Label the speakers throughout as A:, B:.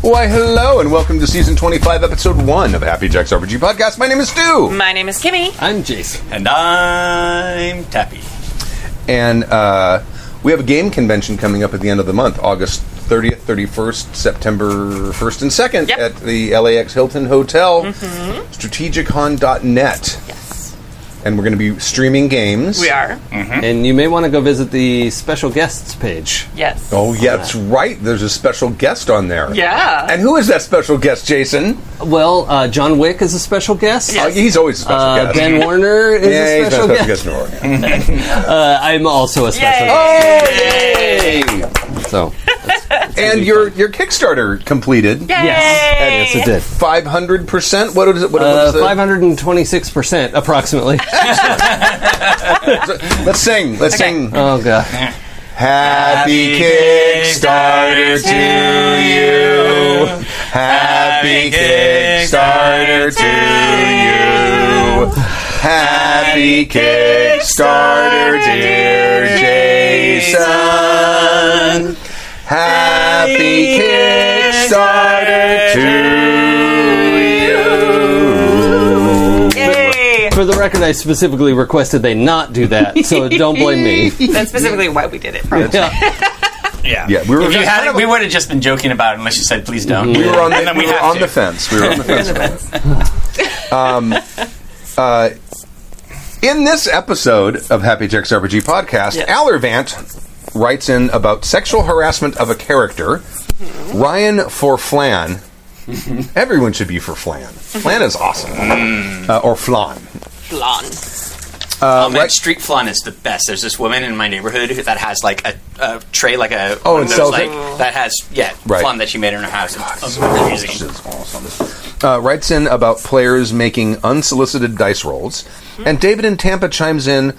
A: why, hello, and welcome to season 25, episode 1 of Happy Jack's RPG podcast. My name is Stu.
B: My name is Kimmy.
C: I'm Jason.
D: And I'm Tappy.
A: And uh, we have a game convention coming up at the end of the month, August 30th, 31st, September 1st, and 2nd
B: Yep.
A: at
B: Mm-hmm.
A: the LAX Hilton Hotel, strategichon.net.
B: Yes.
A: And we're going to be streaming games.
B: We are.
A: Mm.
C: And you may want to go visit the special guests page.
B: Yes.
A: Oh, yeah, that's right. There's a special guest on there.
B: Yeah.
A: And who is that special guest, Jason?
C: Well, uh, John Wick is a special guest.
A: Uh, he's always a special
C: Uh,
A: guest.
C: ben Warner is
A: yeah,
C: a
A: he's
C: special
A: been a special
C: guest.
A: guest in Oregon.
C: Uh, I'm also a special
B: Yay. Oh,
A: Yay!
C: guest. So,
A: And your your Kickstarter completed.
B: Yay!
C: yes, yes, it did.
A: Five hundred percent. What is it? What, what
C: Uh,
A: is the-
C: 526% approximately.
A: Let's sing. Let's
B: Okay.
A: sing.
C: oh, God.
A: Happy
D: Happy
A: Kickstarter to you. Happy
D: Happy
A: Kickstarter to you. Happy Kickstarter, dear Jason. Happy Kickstarter to you.
B: Yay.
C: For the record, I specifically requested they not do that, so don't blame me.
B: That's specifically why we did it. Probably.
C: Yeah.
D: Yeah.
A: Yeah, we were
D: if you
A: just
D: had
A: kind
D: it,
A: of-
D: we would have just been joking about it unless you said please don't.
A: We were on
D: And
A: the,
D: then
A: we
D: we
A: were
D: have
A: on
D: to.
A: the fence. We were on the fence. about it. Um, uh, In this episode of Happy Jack's RPG podcast,
B: Yes.
A: Allervant writes in about sexual harassment of a character, Ryan for Flan. Everyone should be for Flan. Flan is awesome. Uh, or Flan.
B: Blonde.
D: Oh, man, street flan is the best. There's this woman in my neighborhood who- that has like a, a tray, like a
A: Oh,
D: one
A: and
D: of
A: sells
D: those, like
A: it?
D: that has yeah
A: Right.
D: flan that she made in her house. It's amazing.
A: This is awesome. Uh, writes in about players making unsolicited dice rolls, and David in Tampa chimes in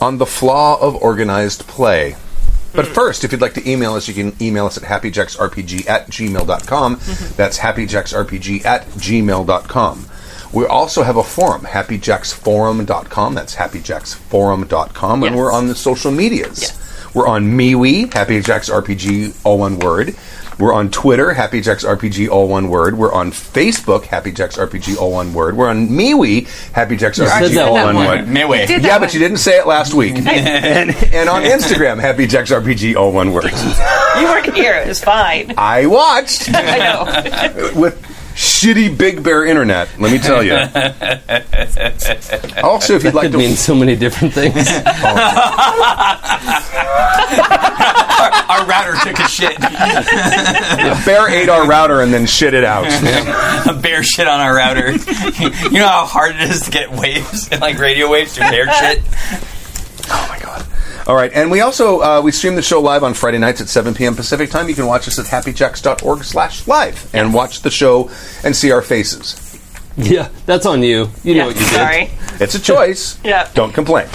A: on the flaw of organized play. But first, if you'd like to email us, you can email us at happyjacksrpg at gmail.com. That's happyjacksrpg at gmail.com. We also have a forum, happyjacksforum.com. That's happyjacksforum.com. And
B: Yes.
A: we're on the social medias.
B: Yes.
A: We're on MeWe, Happy Jacks RPG, all one word. We're on Twitter, Happy Jacks RPG, all one word. We're on Facebook, Happy Jacks RPG, all one word. We're on MeWe, Happy Jacks
C: said
A: RPG,
C: that
A: all
C: one.
A: one word.
D: Midway.
B: Did
A: Yeah,
B: that
A: but
B: one.
A: you didn't say it last week. and, and on Instagram, Happy Jacks RPG, all one word.
B: You weren't here. It was fine.
A: I watched
B: I know.
A: with shitty Big Bear internet. Let me tell you. Also, if you'd like
C: Could
A: to
C: mean so many different things.
D: Our router took a shit.
A: Bear ate our router and then shit it out.
D: a bear shit on our router. you know how hard it is to get waves, like radio waves through bear shit.
A: Oh my god! All right, and we also uh, we stream the show live on Friday nights at 7 p.m. Pacific time. You can watch us at happyjacks.org/live and watch the show and see our faces.
C: yeah, that's on you. You know
B: Yeah,
C: what you did.
B: sorry.
A: It's a choice.
B: Yeah.
A: Don't complain.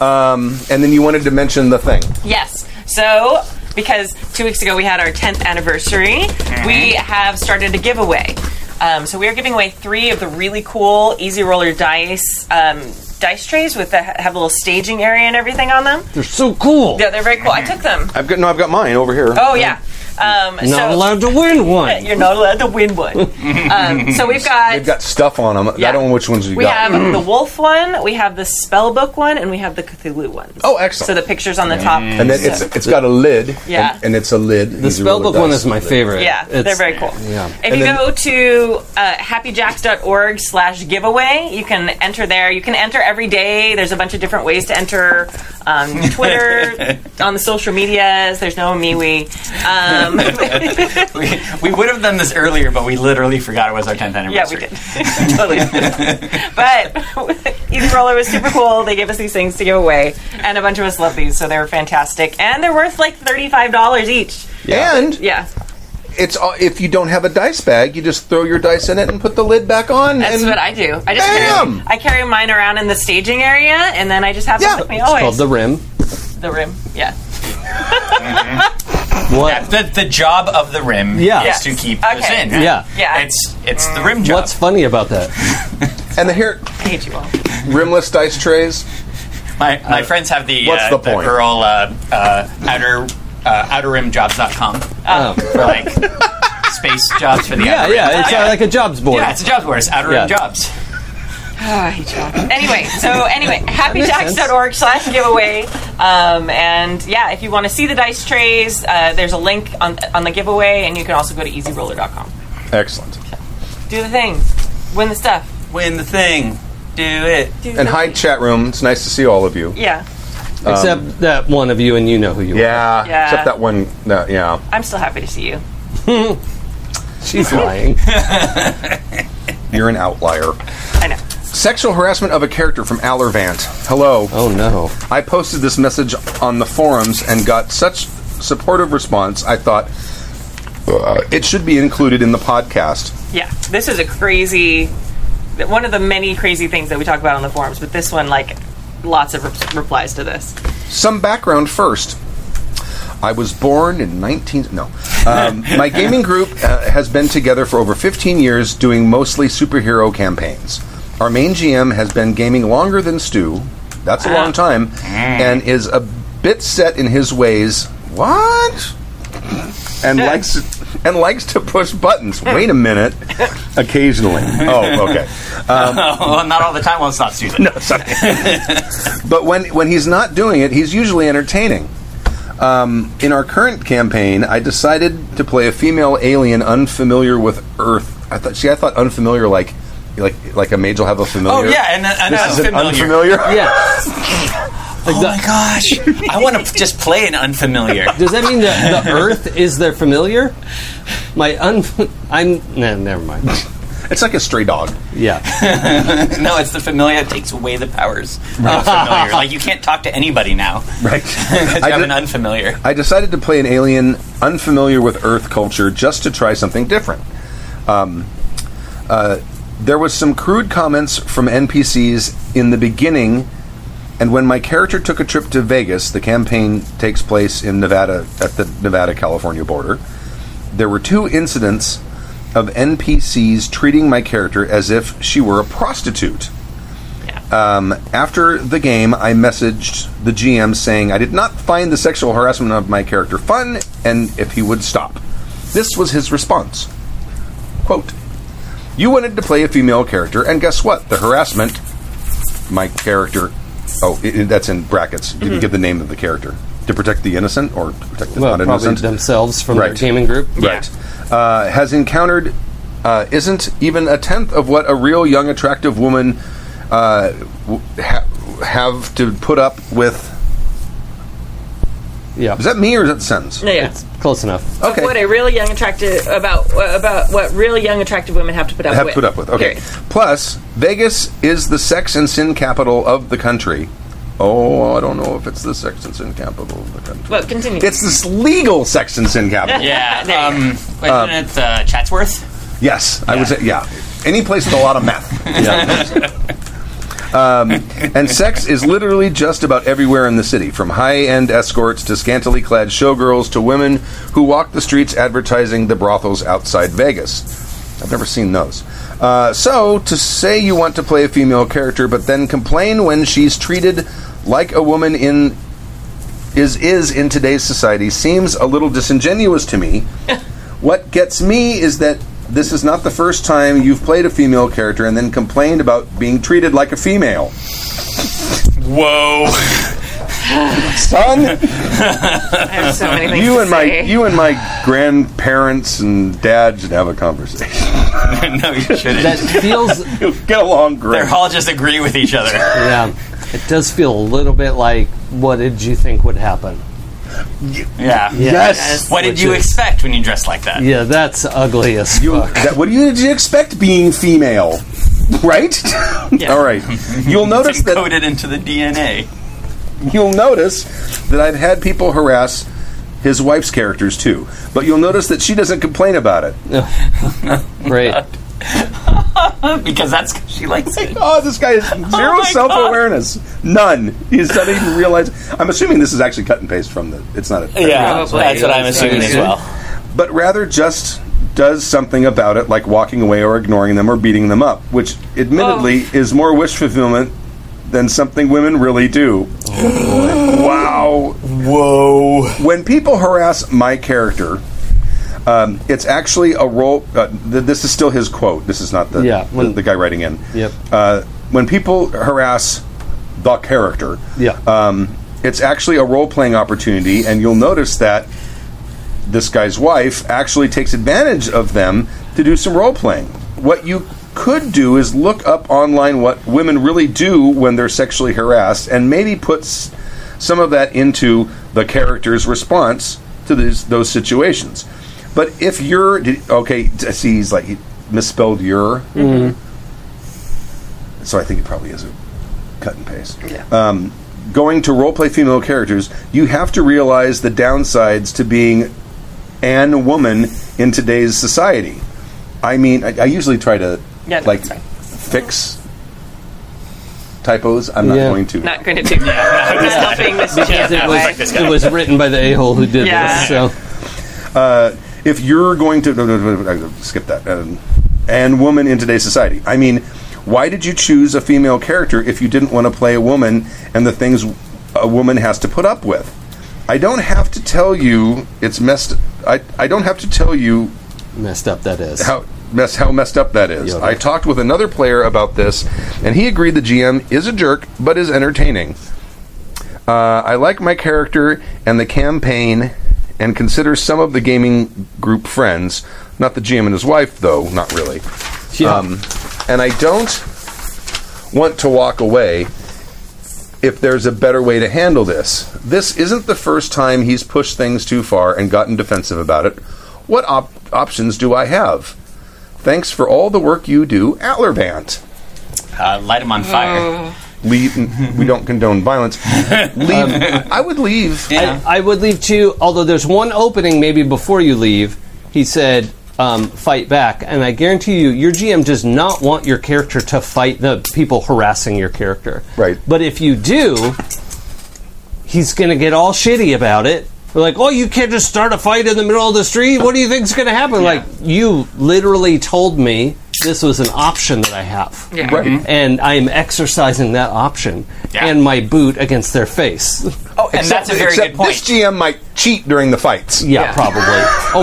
A: Um, and then you wanted to mention the thing.
B: Yes. So, because two weeks ago we had our 10th anniversary,
A: Mm-hmm.
B: we have started a giveaway. Um, so, we are giving away three of the really cool Easy Roller dice um, dice trays with the, have a little staging area and everything on them.
C: They're so cool.
B: Yeah, they're very cool.
A: Mm-hmm.
B: I took them.
A: I've got no, I've got mine over here.
B: Oh yeah. Um,
C: Not
B: so
C: allowed to win one.
B: You're not allowed to win one. um, so we've got.
A: They've got stuff on them.
B: yeah.
A: I don't know which ones you
B: We
A: got.
B: have the wolf one, we have the spellbook one, and we have the Cthulhu ones.
A: Oh, excellent.
B: So the pictures on the top.
A: and then it's it's got a lid.
B: Yeah.
A: And, and it's a lid.
C: The spellbook one is my favorite.
B: yeah, they're
C: It's-
B: very cool.
C: Yeah.
B: If
A: And
B: you
A: then-
B: go to uh, happyjacks.org slash giveaway, you can enter there. You can enter every day. There's a bunch of different ways to enter um, Twitter, on the social medias. There's no MeWe. Um,
D: We, we would have done this earlier, but we literally forgot it was our 10th anniversary.
B: Yeah, we did. totally. did. but Easy Roller was super cool. They gave us these things to give away, and a bunch of us love these, so they were fantastic. And they're worth like $35 each.
A: And
B: Yeah.
A: it's all- if you don't have a dice bag, you just throw your dice in it and put the lid back on.
B: That's
A: and
B: what I do. I just
A: Bam!
B: carry, I carry mine around in the staging area, and then I just have
A: Yeah,
B: them with me
A: it's
B: always.
C: Called the rim.
B: The-, rim. Yeah.
D: Yeah,
C: What?
D: the, the job of the rim
C: Yeah.
D: is
C: Yes.
D: to keep
B: Okay.
D: us in.
C: Yeah.
B: Yeah.
D: It's it's the rim job.
C: What's funny about that?
A: And the here
B: I hate you all.
A: rimless dice trays.
D: my my friends have the
A: what's
D: uh,
A: the point?
D: girl uh, uh, outer uh, outerrimjobs.com.
C: Oh.
D: We're like space jobs for the
C: Yeah,
D: algorithm.
C: yeah, it's uh, like a jobs board.
D: yeah, it's a jobs board. It's outer rim
C: Yeah.
D: jobs.
A: Oh,
B: anyway, so anyway, happyjacks.org slash giveaway. Um, and yeah, if you want to see the dice trays, uh, there's a link on, on the giveaway, and you can also go to easyroller.com.
A: Excellent.
B: Do the thing, win the stuff.
D: Win the thing. Do it.
B: Do
A: And
B: the
A: hi,
B: thing.
A: chat room. It's nice to see all of you.
B: Yeah,
C: Except that one of you, and you know who you
A: Um, Yeah.
B: Yeah.
A: Except that one. that- yeah.
B: I'm still happy to see you.
C: are. She's lying.
A: You're an outlier.
B: I know.
A: Sexual harassment of a character from Allervant. Hello.
C: oh no.
A: I posted this message on the forums and got such supportive response. I thought uh, it should be included in the podcast.
B: Yeah, this is a crazy, one of the many crazy things that we talk about on the forums, but this one, like, lots of re- replies to this.
A: Some background first. I was born in 19. No. Um, my gaming group uh, has been together for over 15 years doing mostly superhero campaigns. Our main GM has been gaming longer than Stu. That's a long time. And is a bit set in his ways. What? And likes and likes to push buttons. Wait a minute. Occasionally. Oh, okay.
D: well, not all the time. Well, it's not Susan. No, sorry.
A: But when when he's not doing it, he's usually entertaining. Um, in our current campaign, I decided to play a female alien unfamiliar with Earth. I thought, see, I thought unfamiliar like like like a mage will have a
D: Oh
A: familiar.
D: yeah, and uh,
A: this
D: no,
A: is an
D: familiar.
A: unfamiliar.
C: Yeah. Like
D: Oh
C: the-
D: my gosh, I want to just play an unfamiliar.
C: Does that mean that the Earth is their familiar? My un. I'm. No, never mind.
A: It's like a stray dog.
C: Yeah.
D: no, it's the familiar that takes away the powers. of familiar. Like you can't talk to anybody now.
A: Right.
D: Because
A: I
D: you have
A: did-
D: an unfamiliar.
A: I decided to play an alien unfamiliar with Earth culture just to try something different. Um, uh, there was some crude comments from NPCs in the beginning, and when my character took a trip to Vegas, the campaign takes place in Nevada at the Nevada California border. There were two incidents of NPCs treating my character as if she were a prostitute. Um, after the game, I messaged the GM saying I did not find the sexual harassment of my character fun and if he would stop. This was his response Quote, You wanted to play a female character, and guess what? The harassment, my character, oh, i i- that's in brackets. Did you give the name of the character? To protect the innocent or to protect the
C: Mm-hmm. Well,
A: not
C: probably
A: innocent?
C: themselves from their
A: Right.
C: gaming group.
A: Right. Uh, has encountered uh, isn't even a tenth of what a real young attractive woman uh, w- ha- have to put up with.
C: Yeah.
A: Is that Oh. me or is that the sentence?
B: Yeah.
C: It's close enough.
A: Okay.
B: What a really young attractive about about what really young attractive women have to put up
A: have
B: with.
A: to put up with. Okay.
B: Period.
A: Plus, Vegas is the sex and sin capital of the country. Oh, I don't know if it's the sex and sin capital of the country.
B: Well, continue.
A: It's this legal sex and sin capital.
D: Yeah.
B: There you
D: Um, wait, isn't it uh, Chatsworth?
A: Yes, I would say yeah. Any place with a lot of meth. um, and sex is literally just about everywhere in the city, from high-end escorts to scantily clad showgirls to women who walk the streets advertising the brothels outside Vegas. I've never seen those. Uh, so to say you want to play a female character, but then complain when she's treated like a woman in is is in today's society seems a little disingenuous to me. what gets me is that this is not the first time you've played a female character and then complained about being treated like a female.
D: Whoa.
A: Son,
B: I have so many things
A: you
B: to
A: and my
B: say.
A: you and my grandparents and dad should have a conversation.
D: no, you shouldn't.
C: That feels.
A: Get along
D: they
A: great.
D: all just agree with each other.
C: Yeah. It does feel a little bit like. What did you think would happen?
D: Yeah.
A: Yes.
D: What did
C: Which
D: you
C: is-
D: expect when you dress like that?
C: Yeah, that's ugly as fuck.
A: That- what do you, did you expect being female? Right? All right. You'll notice
D: It's
A: that
D: encoded into the DNA.
A: you'll notice that I've had people harass his wife's characters too. But you'll notice that she doesn't complain about it.
C: Great.
D: Because that's 'cause she likes it.
A: Oh, this guy has zero
D: my
A: self awareness. None. He doesn't even realize. I'm assuming this is actually cut and paste from the. It's not a.
B: Probably. that's what I'm
C: assuming as
D: well.
A: But rather just does something about it, like walking away or ignoring them or beating them up, which admittedly is more wish fulfillment than something women really do.
C: Oh,
A: wow.
D: Whoa.
A: When people harass my character, Um, it's actually a role. Uh, th- this is still his quote. This is not the
C: Yeah,
A: the-
C: when-
A: the, guy writing in.
C: Yep.
A: Uh, when people harass the character,
C: Yeah.
A: um, it's actually a role playing opportunity, and you'll notice that this guy's wife actually takes advantage of them to do some role playing. What you could do is look up online what women really do when they're sexually harassed and maybe put s- some of that into the character's response to these, those situations. But if you're did, okay, t- see, he's like he misspelled your, so I think it probably is a cut and paste
B: Yeah.
A: um, going to roleplay female characters, you have to realize the downsides to being an woman in today's society. I mean, I, I usually try to
B: Yeah, no,
A: like
B: that's fine.
A: fix typos. I'm not
C: Yeah.
A: going to.
B: Not going to do that. I'm just helping this
C: Because it
B: way.
C: was, it was written by the a hole who did
B: Yeah.
C: this. So
A: uh, if you're going to no, no, no, no, no, skip that um, and woman in today's society i mean why did you choose a female character if you didn't want to play a woman and the things a woman has to put up with i don't have to tell you it's messed i, I don't have to tell you
C: messed up that is.
A: how mess how messed up that is.
C: Yeah.
A: I talked with another player about this, and he agreed the GM is a jerk but is entertaining. Uh, I like my character and the campaign, and consider some of the gaming group friends. Not the GM and his wife, though. Not really.
C: Yeah.
A: Um, and I don't want to walk away if there's a better way to handle this. This isn't the first time he's pushed things too far and gotten defensive about it. What op- options do I have? Thanks for all the work you do, Atlerbant.
D: Uh, light him on fire.
A: Leave, we don't condone violence. Leave. I would leave.
D: Yeah.
C: I would leave too, although there's one opening maybe before you leave. He said, um, fight back. And I guarantee you, your GM does not want your character to fight the people harassing your character.
A: Right.
C: But if you do, he's going to get all shitty about it. They're like, oh, you can't just start a fight in the middle of the street. What do you think's going to happen? Like, you literally told me this was an option that I have.
B: Yeah.
A: Right.
C: And I'm exercising that option
D: Yeah.
C: and my boot against their face.
D: Oh, and that's a very
A: Except
D: good point.
A: This GM might cheat during the fights.
C: Yeah,
B: Yeah.
C: probably.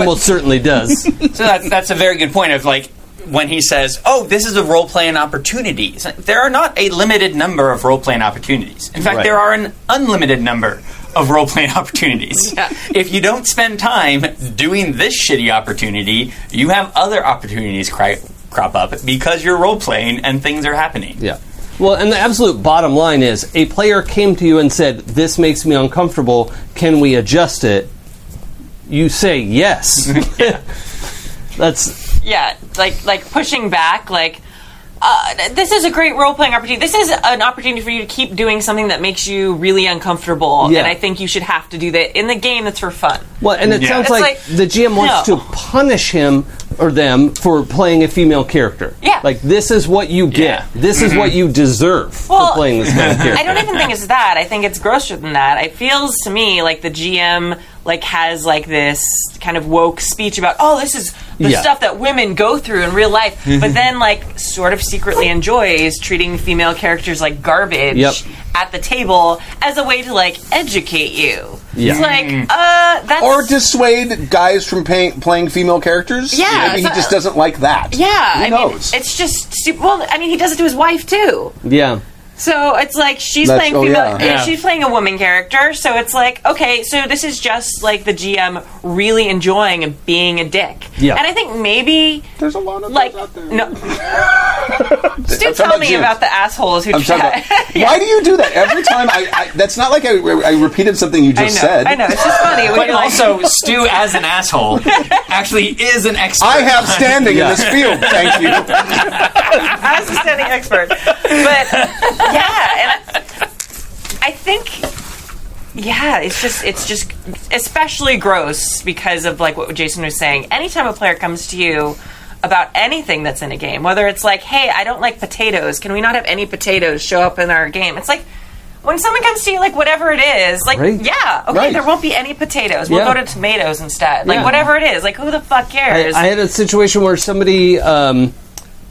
C: Almost certainly does.
D: So that's that's a very good point of like when he says, "Oh, this is a role playing opportunity." It's like, There are not a limited number of role playing opportunities. In fact,
A: Right.
D: there are an unlimited number of role playing opportunities. If you don't spend time doing this shitty opportunity, you have other opportunities cry- crop up because you're role playing and things are happening.
C: Yeah. Well, and the absolute bottom line is a player came to you and said, This makes me uncomfortable. Can we adjust it? You say yes. That's
B: yeah, like like pushing back, like uh, this is a great role playing opportunity. This is an opportunity for you to keep doing something that makes you really uncomfortable,
C: Yeah.
B: and I think you should have to do that in the game. That's for fun.
C: well, and it
D: Yeah.
C: sounds
D: It's
C: like,
B: like,
C: the GM wants
B: no.
C: to punish him or them for playing a female character.
B: Yeah.
C: Like this is what you get.
D: Yeah. Mm-hmm.
C: This is what you deserve
B: Well,
C: for playing this kind of character.
B: I don't even think it's that. I think it's grosser than that. It feels to me like the GM like has like this kind of woke speech about oh this is the
C: Yeah.
B: stuff that women go through in real life, but then like sort of secretly enjoys treating female characters like garbage
C: Yep.
B: at the table as a way to like educate you.
C: Yeah.
B: It's like uh that's
A: Or dissuade guys from pay- playing female characters.
B: Yeah,
A: Maybe
B: so- uh,
A: he just doesn't like that.
B: yeah,
A: Who
B: I mean,
A: knows?
B: it's just super, well. I mean, he does it to his wife too.
C: yeah.
B: So it's like she's
A: That's-
B: playing
A: oh,
B: female,
A: yeah.
B: and
D: Yeah.
B: she's playing a woman character. So it's like okay, so this is just like the GM really enjoying and being a dick.
C: Yeah.
B: and I think maybe
A: There's a lot of
B: like
A: those out there.
B: no. Still
A: talking
B: tell
A: about
B: me
A: gyms.
B: about the assholes who
A: I'm
B: try.
A: talking about, Why do you do that every time? I, I that's not like I, I repeated something you
B: I know,
A: just said.
B: I know. It's just funny. when
D: But
B: you're like-
D: also, Stu as an asshole actually is an expert.
A: I have standing in this field. Thank you.
B: I was a standing expert. But yeah, and I think yeah, it's just it's just especially gross because of like what Jason was saying. Anytime a player comes to you about anything that's in a game, whether it's like, "Hey, I don't like potatoes. Can we not have any potatoes show up in our game?" It's like when someone comes to you, like whatever it is, like
C: Right.
B: yeah, okay,
A: Right.
B: there won't be any potatoes. We'll
C: Yeah.
B: go to tomatoes instead. Like
C: Yeah.
B: whatever it is, like who the fuck cares?
C: I, I had a situation where somebody, um,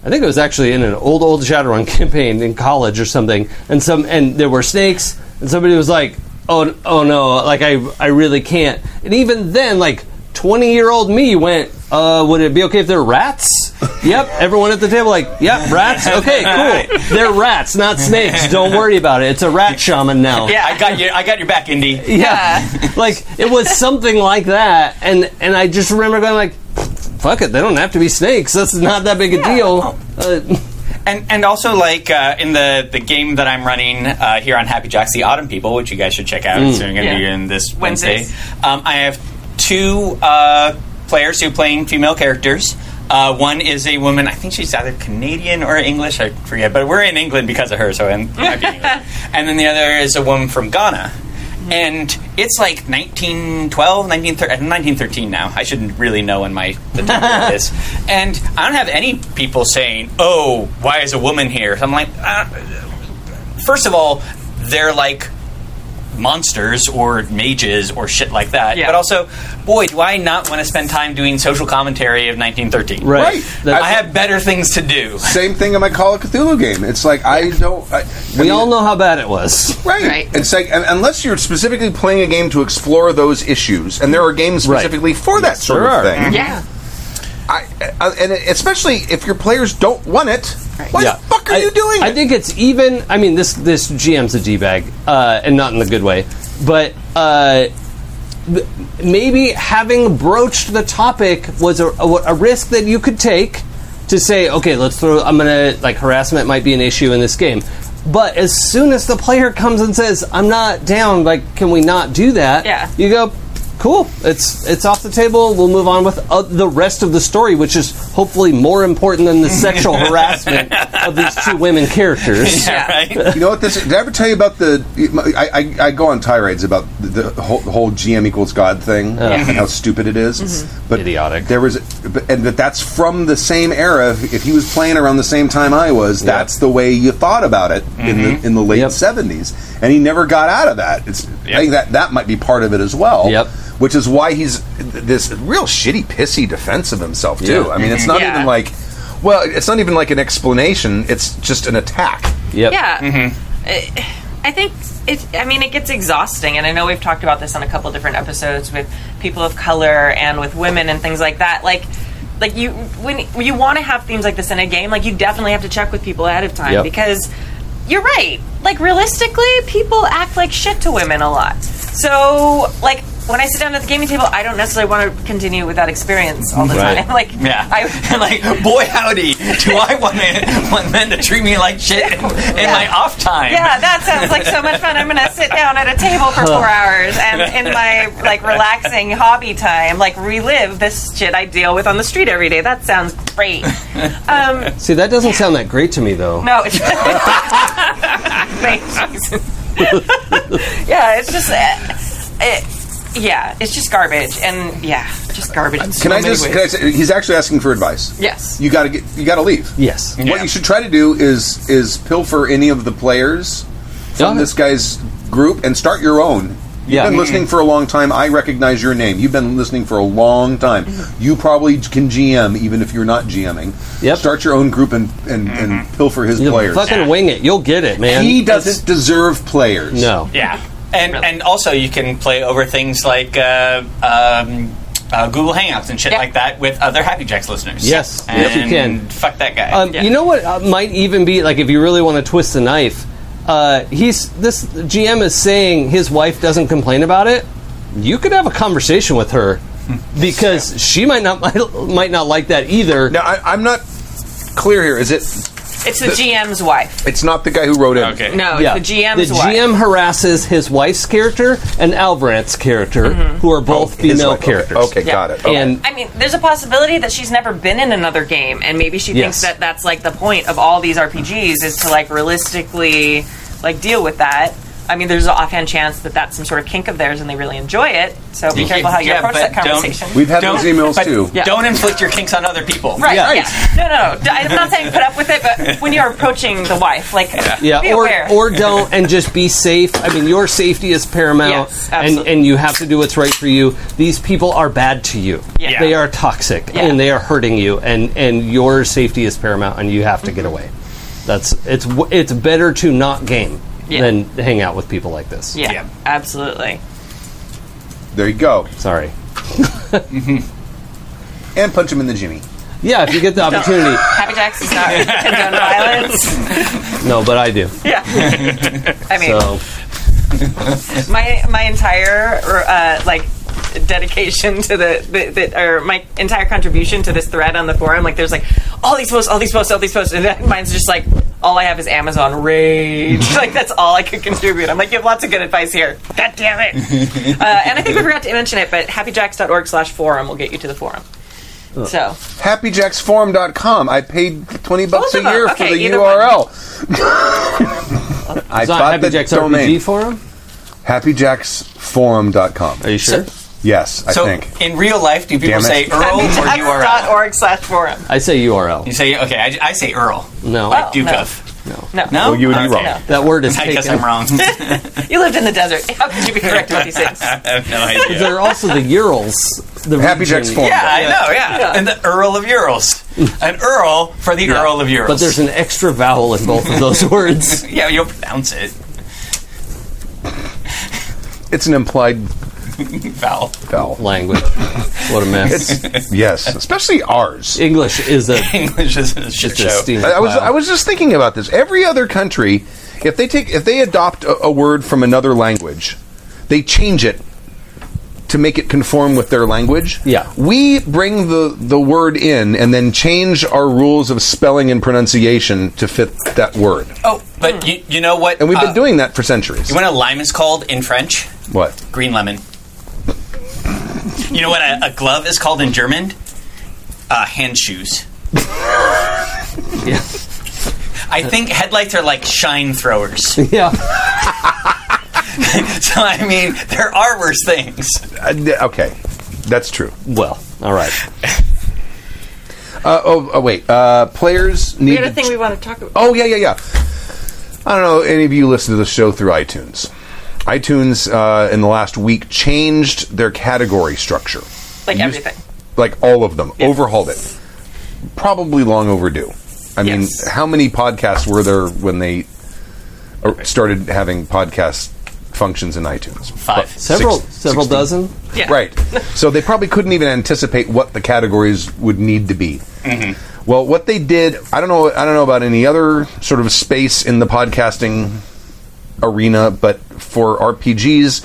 C: I think it was actually in an old old Shadowrun campaign in college or something, and some and there were snakes, and somebody was like, "Oh, oh no! Like I, I really can't." And even then, like. 20 year old me went, uh, would it be okay if they're rats? Yep. Everyone at the table, like, yep, rats? Okay, cool. They're rats, not snakes. Don't worry about it. It's a rat shaman now.
D: Yeah, I got you. I got your back, Indy.
C: Yeah. like, it was something like that. And, and I just remember going, like, fuck it. They don't have to be snakes. That's not that big a deal. Uh,
D: And and also like uh, in the the game that I'm running uh, here on Happy Jacks, the Autumn People, which you guys should check out. It's going to
B: Yeah.
D: be in this Wednesday.
B: Wednesdays.
D: Um, I have two uh, players who are playing female characters. Uh, one is a woman. I think she's either Canadian or English. I forget, but we're in England because of her, so I'm, I might be English. And then the other is a woman from Ghana. And it's like 1912, 1913 1913 uh, now. I should really know when my the time is. And I don't have any people saying, "Oh, why is a woman here?" I'm like, uh, first of all, they're like monsters or mages or shit like that.
B: Yeah.
D: But also, boy, do I not want to spend time doing social commentary of 1913.
A: Right.
C: That's-
D: I have better things to do.
A: Same thing in my Call of Cthulhu game. It's like I don't. I, I
C: we
A: mean,
C: all know how bad it was.
A: Right.
B: Right.
A: It's like un- unless you're specifically playing a game to explore those issues, and there are games
C: Right.
A: specifically for that sort
C: there
A: of
C: are.
A: thing.
B: Yeah.
A: I, I, and especially if your players don't want it, why the fuck are
C: I,
A: you doing?
C: I
A: it?
C: think it's even. I mean, this this GM's a d bag, uh, and not in the good way, but uh, th- maybe having broached the topic was a, a, a risk that you could take to say, okay, let's throw. I'm gonna like harassment might be an issue in this game, but as soon as the player comes and says, "I'm not down," like, can we not do that?
B: Yeah.
C: you go. Cool. It's it's off the table. We'll move on with uh, the rest of the story, which is hopefully more important than the sexual harassment of these two women characters.
B: Yeah.
D: Right?
A: You know what? This did I ever tell you about the? I, I, I go on tirades about the, the whole, whole GM equals God thing and how stupid it is.
C: Mm-hmm.
A: But
C: Idiotic.
A: There was, but, and that that's from the same era. If, if he was playing around the same time I was, that's the way you thought about it in the in the late
C: Yep.
A: seventies. And he never got out of that. It's I think that that might be part of it as well.
C: Yep.
A: Which is why he's this real shitty, pissy defense of himself too.
C: Yeah.
A: I mean, it's not
B: Yeah.
A: even like, well, it's not even like an explanation. It's just an attack.
C: Yep. Mm-hmm.
B: Yeah. I- I think it. I mean, it gets exhausting, and I know we've talked about this on a couple different episodes with people of color and with women and things like that. Like, like you when when you want to have themes like this in a game, like you definitely have to check with people ahead of time
C: Yep.
B: because you're right. Like realistically, people act like shit to women a lot. So like. When I sit down at the gaming table, I don't necessarily want to continue with that experience all the
C: Right.
B: time. Like,
D: Yeah.
B: I,
D: like, boy, howdy, do I want, men- want men to treat me like shit in, in my off time?
B: Yeah, that sounds like so much fun. I'm going to sit down at a table for four hours and in my like relaxing hobby time, like relive this shit I deal with on the street every day. That sounds great. Um,
C: See, that doesn't sound that great to me, though.
B: no, it's Thank Jesus. yeah, it's just uh, it, yeah, it's just garbage, and yeah, just garbage. in so
A: Can I
B: many
A: just?
B: ways.
A: Can I say, he's actually asking for advice.
B: Yes.
A: You got to get. You got to leave.
C: Yes.
A: What you should try to do is is pilfer any of the players from
C: Yeah.
A: this guy's group and start your own. You've
C: Yeah.
A: been listening for a long time. I recognize your name. You've been listening for a long time. You probably can GM even if you're not GMing.
C: Yep.
A: Start your own group and and, and pilfer his
C: You
A: players.
C: Fucking wing it. You'll get it, man.
A: he doesn't deserve players.
C: No.
D: Yeah, and and also you can play over things like uh, um, uh, Google Hangouts and shit
B: Yeah.
D: like that with other Happy Jacks listeners.
C: Yes.
D: and
C: Yes, you can.
D: Fuck that guy.
C: Um, You know what uh, might even be like if you really want to twist the knife. Uh, he's this GM is saying his wife doesn't complain about it. You could have a conversation with her because she might not might not like that either.
A: Now I, I'm not clear here. Is it?
B: It's the GM's wife.
A: It's not the guy who wrote it.
D: okay.
B: No,
C: Yeah.
B: it's the GM's
C: the
B: wife.
C: GM harasses his wife's character and Alvarant's character, who are both
A: Mm-hmm. Oh, His
C: female
A: wife. Okay.
C: characters.
A: Okay,
B: Yeah.
A: got it. Okay.
C: And
B: I mean, there's a possibility that she's never been in another game, and maybe she thinks
C: Yes.
B: that that's like the point of all these RPGs is to like realistically like deal with that. I mean, there's an offhand chance that that's some sort of kink of theirs, and they really enjoy it. So be careful how you
D: Yeah,
B: approach
D: but
B: that
D: don't-
B: conversation.
A: We've had
D: Don't-
A: those emails
D: but
A: too.
B: Yeah.
D: Don't inflict your kinks on other people.
B: Right.
C: Yeah.
B: Yeah. No, no, no. I'm not saying put up with it, but when you're approaching the wife, like,
C: yeah,
B: be
C: or
B: aware.
C: or don't, and just be safe. I mean, your safety is paramount,
B: Yes,
C: and
B: absolutely.
C: and you have to do what's right for you. These people are bad to you.
B: Yeah.
C: They are toxic,
B: Yeah.
C: and they are hurting you, and and your safety is paramount, and you have to get
B: Mm-hmm.
C: away. That's it's w- it's better to not game
B: Yeah.
C: than hang out with people like this.
B: yeah,
D: Yeah.
B: absolutely.
A: There you go.
C: Sorry.
A: and punch him in the jimmy.
C: Yeah, if you get the opportunity.
B: Happy Jacks does not condone violence.
C: No, but I do.
B: Yeah. I mean,
C: So
B: my my entire er, uh, like dedication to the, the, the or my entire contribution to this thread on the forum like there's like all these posts all these posts all these posts and then mine's just like all i have is amazon rage like that's all i could contribute i'm like you have lots of good advice here god damn it uh, and i think we forgot to mention it but happyjacks.org slash forum will get you to the forum so
A: HappyJacksForum.com. I paid 20 bucks
B: Both
A: a
B: of them.
A: year
B: Okay,
A: for the
B: either one.
A: URL. I
C: it's not
A: bought
C: Happy
A: the
C: Jack's
A: domain.
C: RPG forum.
A: HappyJacksForum.com.
C: Are you sure?
A: Yes, I
D: So
A: think.
D: in real life, do people
A: Damn it.
D: say Earl or URL?
B: happyjacks.org slash forum
C: I say URL.
D: You say okay. I, I say Earl.
C: No,
B: Oh.
D: Duke
B: no.
D: of.
C: no.
B: no
D: No,
A: Well, you would be wrong.
B: No.
C: That word is
D: I guess
C: taken.
D: I'm wrong. I
B: you lived in the desert how could you be correct about these things
D: have no idea.
C: There are also the Urals. The
A: Happy
C: region-
A: Jack's Forum.
D: Yeah, I know. Yeah.
B: Yeah.
D: and the Earl of Urals,
A: Hmm.
D: an Earl for the Earl of Urals.
C: But there's an extra vowel in both of those words.
D: yeah, you'll pronounce it
A: It's an implied
D: vowel.
A: vowel.
C: Language. What a mess.
A: It's yes, especially ours.
C: English is a
D: English is a shit
C: it's a
D: show.
C: steam.
A: I I was
C: pile.
A: I was just thinking about this. Every other country, if they take if they adopt a, a word from another language, they change it to make it conform with their language.
C: Yeah.
A: We bring the the word in and then change our rules of spelling and pronunciation to fit that word.
D: Oh, but
C: Hmm.
D: you, you know what?
A: And we've been
D: uh,
A: doing that for centuries.
D: You know what a lime is called in French?
A: what?
D: Green lemon. You know what a, a glove is called in German? Uh, hand shoes.
C: Yeah.
D: I think headlights are like shine throwers. so
C: yeah.
D: I mean, there are worse things.
A: Uh, d- okay. That's true.
C: Well, all right.
A: Uh, oh, oh, wait. Uh, players need
B: we had a
A: to
B: thing we want to talk about
A: Oh yeah, yeah, yeah. I don't know any of you listen to the show through iTunes. iTunes uh, in the last week changed their category structure,
B: like
A: You-
B: everything
A: like all of them,
B: Yeah.
A: overhauled it. Probably long overdue. I mean,
B: Yes.
A: how many podcasts were there when they uh, started having podcast functions in iTunes?
D: Five.
A: But
C: Several
A: six-
C: several
A: 16.
C: dozen.
B: Yeah.
A: Right. So they probably couldn't even anticipate what the categories would need to be.
B: Mm-hmm.
A: Well, what they did, I don't know. I don't know about any other sort of space in the podcasting arena, but for RPGs,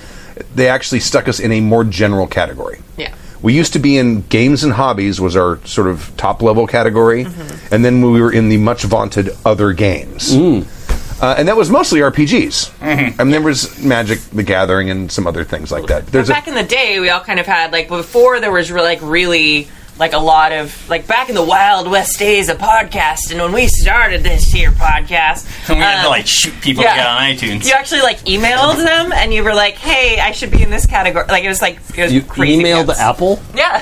A: they actually stuck us in a more general category.
B: Yeah.
A: We used to be in games and hobbies was our sort of top level category,
B: Mm-hmm.
A: and then we were in the much vaunted other games. Uh, and that was mostly RPGs.
B: Mm-hmm.
A: I mean, there was Magic the Gathering and some other things like that. There's a
B: back in the day, we all kind of had like before there was really, like really like a lot of like back in the Wild West days of podcasting when we started this here podcast.
D: And we had to
B: um,
D: like shoot people
B: yeah.
D: to get on iTunes.
B: you actually like emailed them and you were like, "Hey, I should be in this category." Like it was like it was
C: You
B: crazy
C: emailed
B: pants.
C: Apple.
B: Yeah.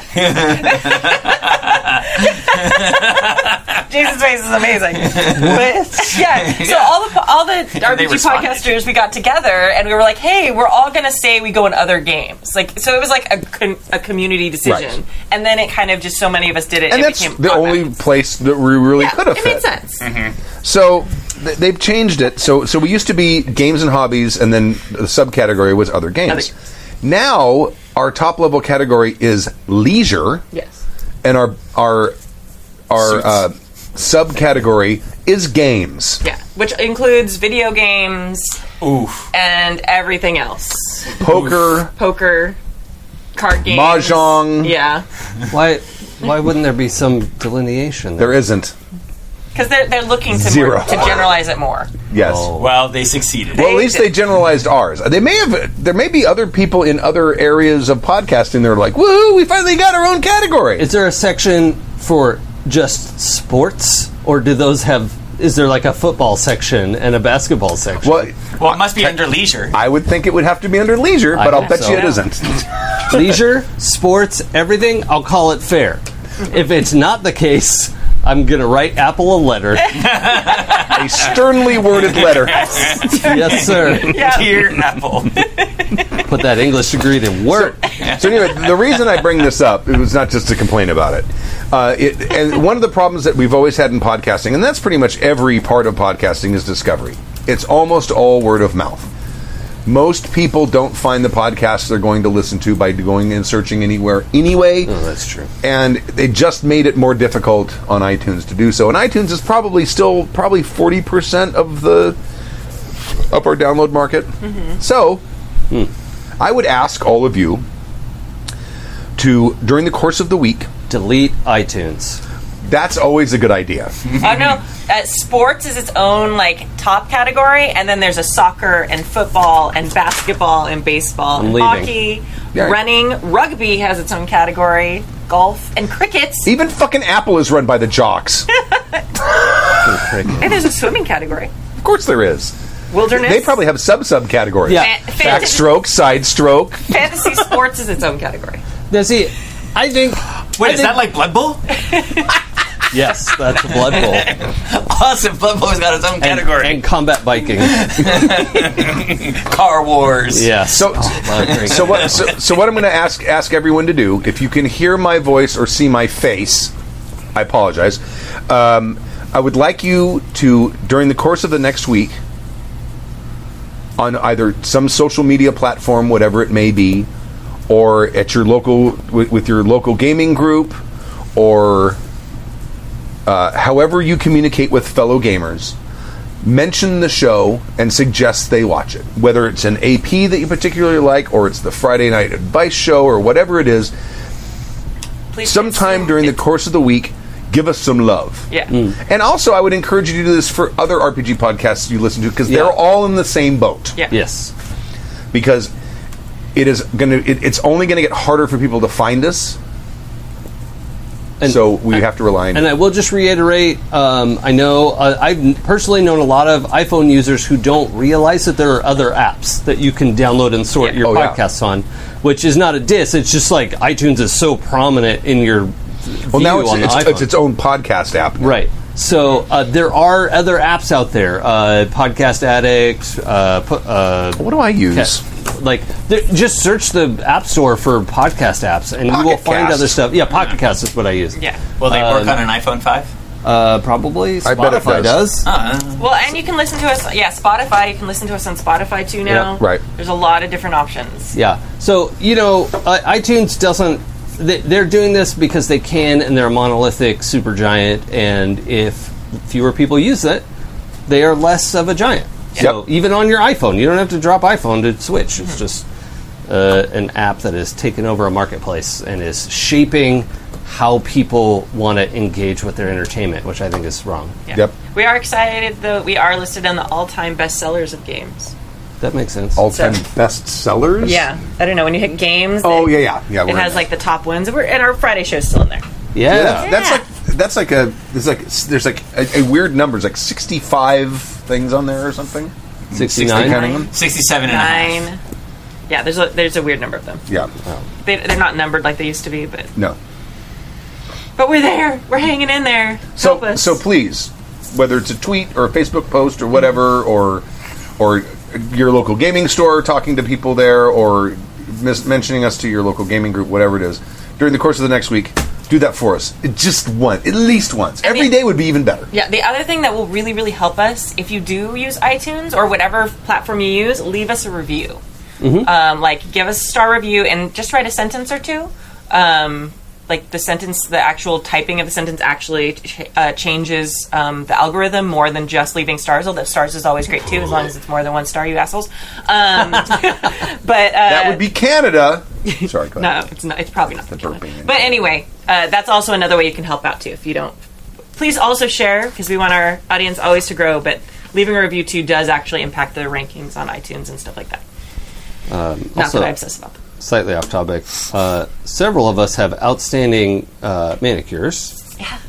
B: Jason's face is amazing. But, yeah. So all the all the
D: They
B: RPG
D: responded.
B: podcasters we got together and we were like, "Hey, we're all going to say we go in other games." Like so it was like a con- a community decision.
A: Right.
B: And then it kind of just so many of us did it
A: and
B: it
A: that's
B: became
A: the
B: automatic.
A: only place that we really
B: yeah,
A: could have
B: It
A: fit.
B: made sense.
A: So th- they've changed it. So so we used to be games and hobbies, and then the subcategory was other games.
B: Other games.
A: Now our top level category is leisure,
B: Yes.
A: and our our our
D: Suits.
A: uh, subcategory is games,
B: Yeah, which includes video games
D: Oof.
B: and everything else.
A: poker.
B: Poker, card games,
A: Mahjong.
B: Yeah.
C: Why why wouldn't there be some delineation?
A: There isn't.
B: Because they're, they're looking to,
A: Zero.
B: more- to generalize it more.
A: Yes.
B: Oh.
D: Well, they succeeded.
A: Well, at least they generalized ours. They may have. There may be other people in other areas of podcasting that are like, "Woohoo! We finally got our own category."
C: Is there a section for just sports, or do those have? Is there like a football section and a basketball section?
A: well,
D: Well, it must be under leisure.
A: I would think it would have to be under leisure, but I'll
C: think
A: bet
C: so.
A: you it isn't.
C: Leisure, sports, everything. I'll call it fair. If it's not the case, I'm gonna write Apple a letter.
A: a sternly worded letter.
C: yes, sir.
D: Dear Apple.
C: Put that English degree to work.
A: So anyway, the reason I bring this up it was not just to complain about it. Uh, it. And one of the problems that we've always had in podcasting, and that's pretty much every part of podcasting, is discovery. It's almost all word of mouth. Most people don't find the podcasts they're going to listen to by going and searching anywhere anyway.
C: Oh, that's true.
A: And they just made it more difficult on iTunes to do so. And iTunes is probably still probably 40% of the up or download market. So,
C: Hmm.
A: I would ask all of you to during the course of the week.
C: Delete iTunes.
A: That's always a good idea.
B: Oh no, uh, sports is its own like top category, and then there's a soccer and football and basketball and baseball and
C: leaving.
B: hockey,
A: Yeah.
B: running, rugby has its own category, golf and cricket.
A: Even fucking Apple is run by the jocks.
B: And there's a swimming category,
A: of course there is.
B: wilderness.
A: They probably have sub sub categories.
C: Yeah.
B: Fan- fantasy,
A: Backstroke, side stroke.
B: fantasy sports is its own category.
C: Now, see, I think.
D: Wait,
C: I
D: is that like Blood Bowl?
C: like. Yes, that's Blood Bowl.
D: awesome. Blood Bowl's got its own
C: and,
D: category.
C: and combat biking.
D: Car Wars.
C: Yes. Oh,
A: So,
C: my
A: so what? So, so what I'm going to ask ask everyone to do, if you can hear my voice or see my face, I apologize. Um, I would like you to, during the course of the next week, on either some social media platform, whatever it may be, or at your local with, with your local gaming group, or uh, however you communicate with fellow gamers, mention the show and suggest they watch it. Whether it's an AP that you particularly like, or it's the Friday Night Advice Show, or whatever it is,
B: Please
A: sometime Hmm. during the course of the week, give us some love.
B: Yeah.
A: And also, I would encourage you to do this for other RPG podcasts you listen to because
C: Yeah.
A: they're all in the same boat.
B: Yeah.
C: Yes.
A: Because it is going to, it, it's only going to get harder for people to find us.
C: And-
A: so we have to rely on
C: And I will just reiterate um, I know uh, I've personally known a lot of iPhone users who don't realize that there are other apps that you can download and sort your
A: Oh, yeah.
C: podcasts on, which is not a diss. It's just like iTunes is so prominent in your.
A: well, now
C: view
A: it's
C: on the
A: it's,
C: iPhone.
A: it's its own podcast app.
C: Right. So uh, there are other apps out there, uh, Podcast Addicts. Uh, pu- uh,
A: What do I use?
C: like, there- just search the App Store for podcast apps, and you will
A: Pocket
C: find
A: Cast.
C: other stuff. Yeah, Pocket Cast is what I use. Um,
B: Yeah.
D: Will they work on an iPhone 5?
C: Uh, probably
A: I
C: Spotify
A: bet it does.
C: does.
B: Well, and you can listen to us. Yeah, Spotify. You can listen to us on Spotify too now.
C: Yeah,
A: right.
B: There's a lot of different options.
C: Yeah. So you know, uh, iTunes doesn't. They, they're doing this because they can, and they're a monolithic super giant. And if fewer people use it, they are less of a giant. So
A: Yep. Mm-hmm.
C: even on your iPhone, you don't have to drop iPhone to switch. It's just uh, an app that has taken over a marketplace and is shaping how people want to engage with their entertainment, which I think is wrong.
B: Yeah.
A: Yep.
B: We are excited though. We are listed on the all-time bestsellers of games.
C: That makes sense.
A: All time
B: So-
A: best sellers.
B: Yeah. I don't know when you hit games.
A: Oh
B: it,
A: yeah, yeah, yeah.
B: It
A: we're
B: has
A: in.
B: like the top ones. We're and our Friday show's still in there.
C: yeah.
A: Yeah, that- that's
B: Yeah.
A: like that's like a there's like there's like a, a weird number. It's like sixty five things on there or something.
C: 69.
A: Counting them.
D: 67 and a half.
B: Nine. Yeah. There's a there's a weird number of them.
A: Yeah.
B: They, they're not numbered like they used to be, but
A: No.
B: but we're there. We're hanging in there. Help
A: So
B: us.
A: so please, whether it's a tweet or a Facebook post or whatever, or or your local gaming store, talking to people there, or mis- mentioning us to your local gaming group, whatever it is, during the course of the next week, do that for us. Just one, at least once. Every day
B: mean-
A: would be even better.
B: Yeah, the other thing that will really, really help us if you do use iTunes or whatever platform you use, leave us a review. Um, like, give us a star review and just write a sentence or two. Um, like, the sentence, the actual typing of the sentence actually ch- uh, changes um, the algorithm more than just leaving stars, although stars is always great too, as long as it's more than one star, you assholes. Um, but uh,
A: That would be Canada. Sorry, go ahead.
B: no, Um, it's not. It's probably not. The
A: burping.
B: But anyway, uh, that's also another way you can help out too. If you don't, please also share because we want our audience always to grow. But leaving a review too does actually impact the rankings on iTunes and stuff like that. not
C: also-
B: that I obsess about them.
C: slightly off topic. Uh, several of us have outstanding uh, manicures,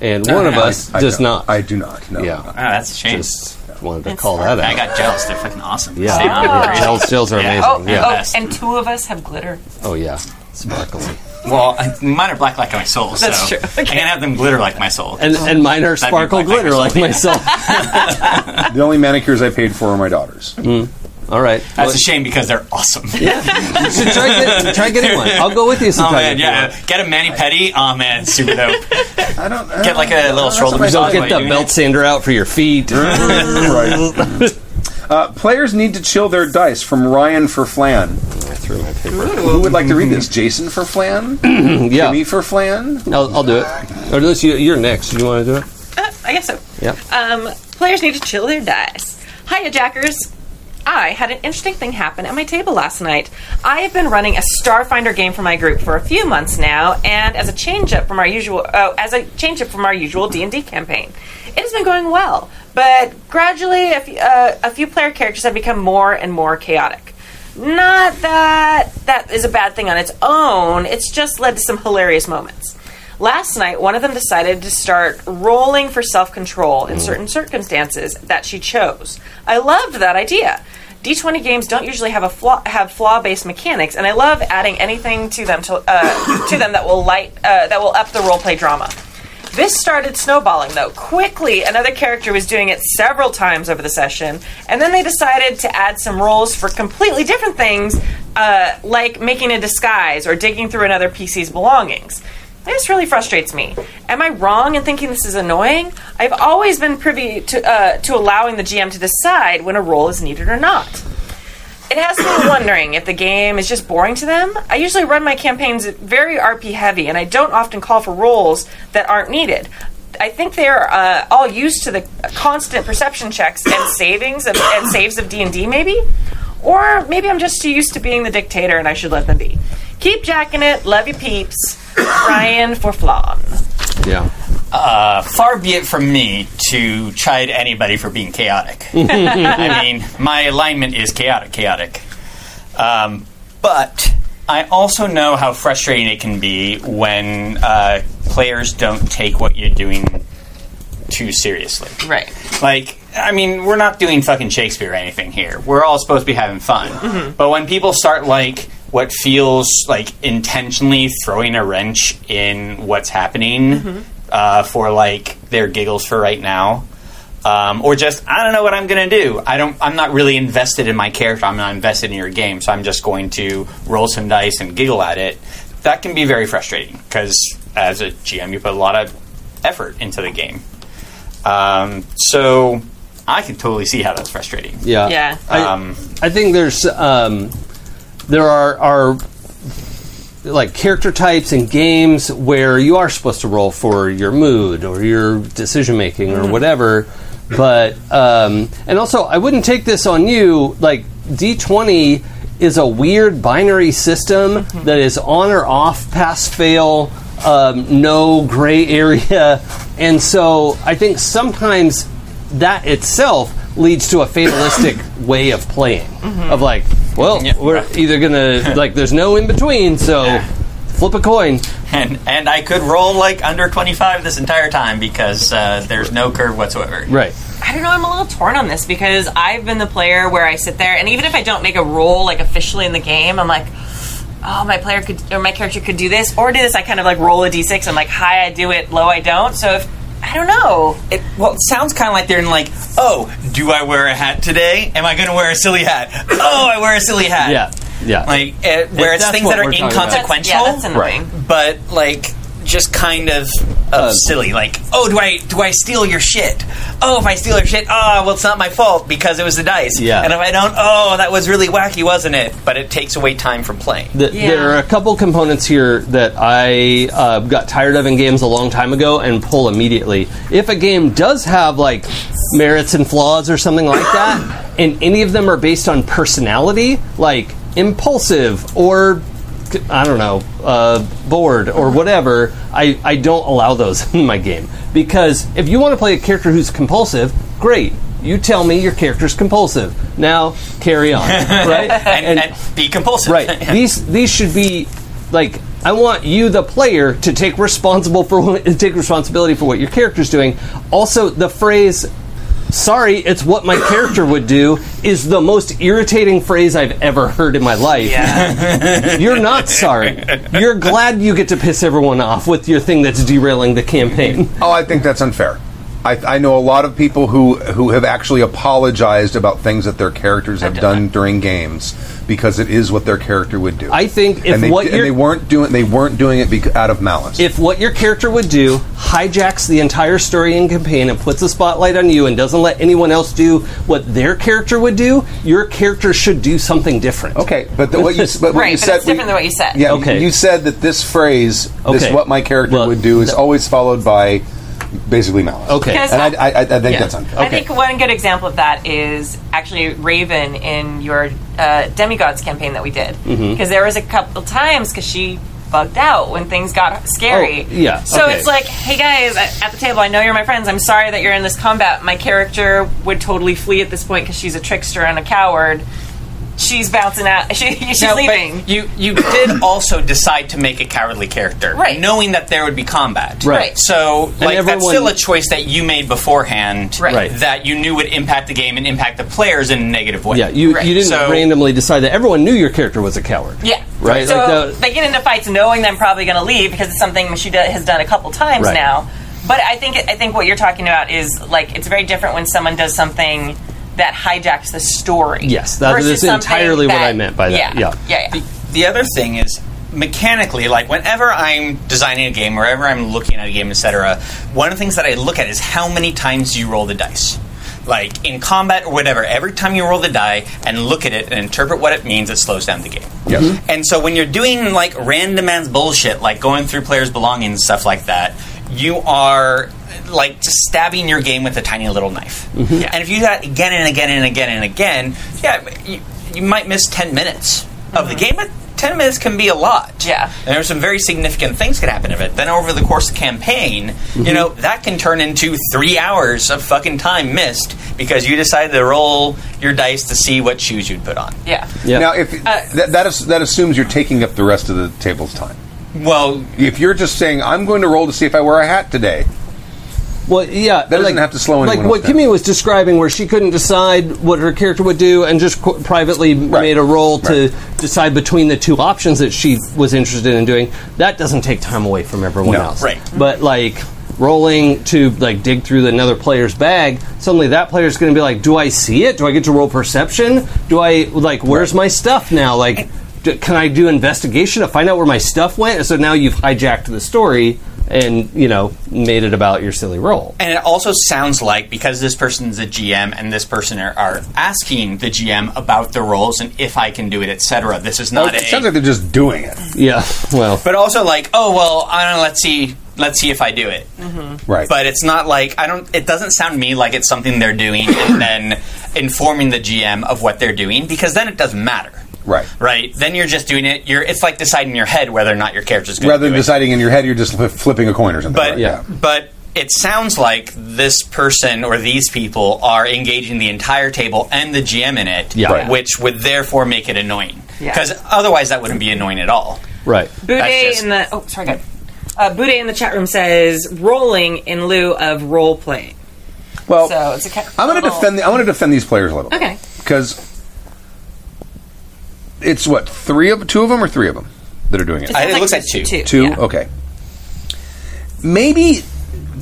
C: and one of us
A: I
C: does
A: don't.
C: not.
A: I do not. No.
D: Oh,
C: yeah,
D: that's a shame.
C: just wanted to
B: It's
C: call that
B: hard.
D: I
C: out.
D: got jealous. They're fucking awesome.
C: Yeah,
D: Stay on
C: yeah,
D: the grid.
C: gels, gels are
D: Yeah.
B: Oh,
C: amazing. Yeah.
B: oh,
D: Best.
B: and two of us have glitter.
C: Oh yeah, sparkly.
D: Well, I- mine are black like my soul. So
B: That's true.
D: I can't have them glitter like my soul.
C: And
B: Oh.
C: and mine are sparkle
D: like
C: glitter like myself.
A: The only manicures I paid for are my daughter's.
C: All right,
D: that's a shame because they're awesome.
C: so try, get, try getting one. I'll go with you
D: Oh
C: sometime.
D: man,
C: if you
D: yeah.
C: want.
D: Get a mani pedi. Oh man, super dope.
A: I don't
D: Get like a little shoulder
A: what I
D: massage.
A: thought.
D: while
C: Get
D: you're
A: Mm-hmm.
C: the
D: doing
C: belt
D: it.
C: sander out for your feet.
A: right. Uh, players need to chill their dice from Ryan for Flan.
C: I threw my paper.
A: Who would like to read this? Jason for Flan?
C: Yeah,
A: Me for Flan?
C: I'll, I'll do it. Or unless you, you're next. You want to do it?
B: Uh, I guess so.
C: Yep.
B: Um, players need to chill their dice. Hiya, Jackers. I had an interesting thing happen at my table last night. I have been running a Starfinder game for my group for a few months now, and as a change up from our usual, oh, as a change up from our usual D and D campaign, it has been going well. But gradually, a few, uh, a few player characters have become more and more chaotic. Not that that is a bad thing on its own. It's just led to some hilarious moments. Last night, one of them decided to start rolling for self control in certain circumstances that she chose. I loved that idea. D20 games don't usually have a flaw, have flaw based mechanics, and I love adding anything to them to, uh, to them that will light uh, that will up the role play drama. This started snowballing though. Quickly, another character was doing it several times over the session, and then they decided to add some roles for completely different things, uh, like making a disguise or digging through another PC's belongings. This really frustrates me. Am I wrong in thinking this is annoying? I've always been privy to, uh, to allowing the GM to decide when a role is needed or not. It has me wondering if the game is just boring to them. I usually run my campaigns very RP heavy, and I don't often call for roles that aren't needed. I think they are uh, all used to the constant perception checks and savings of, and saves of D and D, maybe, or maybe I'm just too used to being the dictator, and I should let them be. Keep jacking it, love you peeps. Ryan for flan.
C: Yeah.
D: Uh, far be it from me to chide anybody for being chaotic. I mean, my alignment is chaotic, chaotic. Um, but I also know how frustrating it can be when uh, players don't take what you're doing too seriously.
B: Right.
D: Like, I mean, we're not doing fucking Shakespeare or anything here. We're all supposed to be having fun. But when people start, like, what feels like intentionally throwing a wrench in what's happening uh, for, like, their giggles for right now. Um, or just I don't know what I'm gonna do. I don't. I'm not really invested in my character. I'm not invested in your game, so I'm just going to roll some dice and giggle at it. That can be very frustrating because as a GM, you put a lot of effort into the game. Um, so I can totally see how that's frustrating.
C: Yeah.
B: Yeah.
C: I,
D: Um,
C: I think there's um, there are are like character types and games where you are supposed to roll for your mood or your decision making or whatever. But um, and also, I wouldn't take this on you. Like D twenty is a weird binary system that is on or off, pass fail, um, no gray area, and so I think sometimes that itself leads to a fatalistic way of playing of like well
D: Yeah.
C: we're either gonna like there's no in between so flip a coin
D: And and I could roll like under 25 this entire time because uh, there's no curve whatsoever.
C: right
B: I don't know. I'm a little torn on this because I've been the player where I sit there, and even if I don't make a roll like officially in the game, I'm like, oh, my player could or my character could do this or do this. I kind of like roll a d6. I'm like, high I do it, low I don't. So if I don't know,
D: It, well, it sounds kind of like they're in like, oh, do I wear a hat today? Am I going to wear a silly hat? Oh, I wear a silly hat.
C: yeah yeah
D: Like it, where it's
C: that's
D: things that
C: what
D: are
C: we're talking about.
B: that's,
D: inconsequential,
B: yeah, that's annoying.
D: but like just kind of of silly. Like, oh, do I do I steal your shit? Oh, if I steal your shit, oh, well, it's not my fault because it was the dice.
C: Yeah.
D: And if I don't, oh, that was really wacky, wasn't it? But it takes away time from playing.
C: Th-
B: Yeah.
C: There are a couple components here that I uh, got tired of in games a long time ago and pull immediately. If a game does have like merits and flaws or something like that, and any of them are based on personality, like impulsive or c- I don't know, uh, bored
D: Uh-huh.
C: or whatever, I, I don't allow those in my game. Because if you want to play a character who's compulsive, great. You tell me your character's compulsive. Now carry on, right?
D: and, and, be compulsive.
C: Right. these these should be like I want you, the player, to take responsible for what- take responsibility for what your character's doing. Also, the phrase "Sorry, it's what my character would do" is the most irritating phrase I've ever heard in my life. You're not sorry. You're glad you get to piss everyone off with your thing that's derailing the campaign.
A: Oh, I think that's unfair. I, I know a lot of people who who have actually apologized about things that their characters have
B: done
A: done
B: that.
A: during games because it is what their character would do.
C: I think if
A: and they,
C: what
A: and
C: you're-
A: they weren't doing they weren't doing it bec- out of malice.
C: if what your character would do hijacks the entire story and campaign and puts the spotlight on you and doesn't let anyone else do what their character would do, your character should do something different.
A: Okay, but the, what you s- but what
B: Right,
A: you
B: but
A: said
B: it's different than what you said.
A: Yeah,
C: Okay.
A: you said that this phrase, this
C: Okay.
A: what my character
C: Well,
A: would do, is
C: no.
A: always followed by basically malice.
C: Okay.
B: Because-
A: and I, I, I- I think
C: Yeah.
A: that's unfair.
B: I think one good example of that is actually Raven in your uh, Demigods campaign that we did. Because
C: Mm-hmm.
B: there was a couple times because she bugged out when things got scary.
C: Oh, yeah,
B: So
C: okay.
B: it's like, hey guys, at at the table, I know you're my friends. I'm sorry that you're in this combat. My character would totally flee at this point because she's a trickster and a coward. She's bouncing out. She, she's
D: No, but
B: leaving.
D: You you did also decide to make a cowardly character,
B: Right.
D: Knowing that there would be combat,
C: Right.
D: So like that's
C: everyone-
D: still a choice that you made beforehand,
B: Right. Right.
D: That you knew would impact the game and impact the players in a negative way.
C: Yeah, you,
B: Right.
C: you didn't
D: So-
C: randomly decide that. Everyone knew your character was a coward.
B: Yeah.
C: Right,
B: So
C: like the-
B: they get into fights knowing they're probably going to leave because it's something she do, has done a couple times
C: Right.
B: now. But I think I think what you're talking about is like it's very different when someone does something that hijacks the story.
C: Yes, that
B: versus
C: is
B: something
C: entirely what I meant by that. Yeah.
B: Yeah. Yeah. yeah.
D: The, the other thing is mechanically, like whenever I'm designing a game, wherever I'm looking at a game, etc. One of the things that I look at is how many times you roll the dice. Like in combat or whatever, every time you roll the die and look at it and interpret what it means, it slows down the game.
A: Yes. Mhm.
D: And so when you're doing like random ass bullshit, like going through players' belongings and stuff like that, you are like just stabbing your game with a tiny little knife. And if you do that again and again and again and again, yeah, you, you might miss 10 minutes of the game, but 10 minutes can be a lot.
B: Yeah.
D: And there's some very significant things can happen of it. Then over the course of the campaign, you
A: Mm-hmm.
D: know, that can turn into three hours of fucking time missed because you decided to roll your dice to see what shoes you'd put on.
B: yeah.
C: Yeah.
A: Now, if
B: uh,
A: that that, is, that assumes you're taking up the rest of the table's time.
D: Well,
A: If you're just saying, "I'm going to roll to see if I wear a hat today,"
C: Well, yeah,
A: That doesn't have to slow anyone
C: Like what
A: else down.
C: Kimmy was describing, where she couldn't decide what her character would do, and just qu- privately made a roll to decide between the two options that she was interested in doing. That doesn't take time away from everyone
A: No.
C: else,
D: Right.
C: But like rolling to like dig through another player's bag, suddenly that player's going to be like, "Do I see it? Do I get to roll perception? Do I like where's my stuff now? Like." d can I do investigation to find out where my stuff went? And so now you've hijacked the story and, you know, made it about your silly roll.
D: And it also sounds like because this person's a GM and this person are, are asking the GM about the roles and if I can do it, etc. This is not
A: it
D: a.
A: sounds like they're just doing it,
C: Yeah, well,
D: but also like, oh well, I don't know. Let's see. Let's see if I do it.
A: right?
D: But it's not like I don't. It doesn't sound to me like it's something they're doing and then informing the GM of what they're doing because then it doesn't matter.
A: Right.
D: Right. Then you're just doing it. You're. It's like deciding in your head whether or not your character's going
A: rather
D: to
A: than
D: do it.
A: deciding in your head, you're just fli flipping a coin or something.
D: But
A: right?
D: but it sounds like this person or these people are engaging the entire table and the GM in it,
C: Yeah. Right.
D: which would therefore make it annoying.
B: Yeah.
D: Because otherwise, that wouldn't be annoying at all.
C: right.
B: Boudet
D: just-
B: in the oh sorry, go ahead. uh, Boudet in the chat room says rolling in lieu of role playing.
A: Well,
B: So it's a ca-
A: I'm going to
B: little-
A: defend. The, I'm going to defend these players a little.
B: Okay.
A: Because it's what three of two of them or three of them that are doing it.
D: I- it
B: Sounds
D: looks like
B: just
D: two.
A: Two.
B: yeah.
A: Okay. Maybe.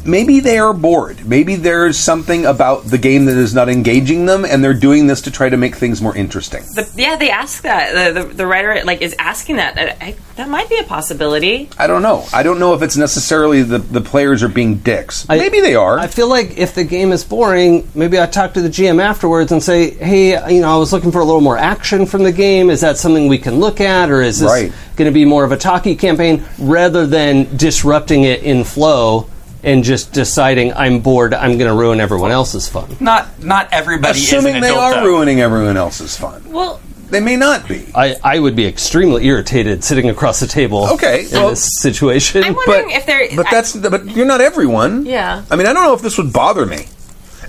A: Maybe they are bored. Maybe there's something about the game that is not engaging them, and they're doing this to try to make things more interesting.
B: The- yeah, they ask that. The, the, the writer like is asking that. Uh, I, I, that might be a possibility.
A: I don't know. I don't know if it's necessarily the, the players are being dicks.
C: I-
A: maybe they are.
C: I feel like if the game is boring, maybe I talk to the GM afterwards and say, "Hey, you know, I was looking for a little more action from the game. Is that something we can look at, or is this
A: Right.
C: going to be more of a talkie campaign rather than disrupting it in flow and just deciding I'm bored, I'm going to ruin everyone else's fun?"
D: Not not everybody. is
A: Assuming
D: an
A: they
D: adult,
A: are
D: though.
A: ruining everyone else's fun.
B: Well,
A: They may not be.
C: I, I would be extremely irritated sitting across the table.
A: Okay,
C: in
A: well-
C: this situation,
B: I'm wondering if there.
A: But
B: I-
A: that's but you're not everyone.
B: Yeah.
A: I mean, I don't know if this would bother me.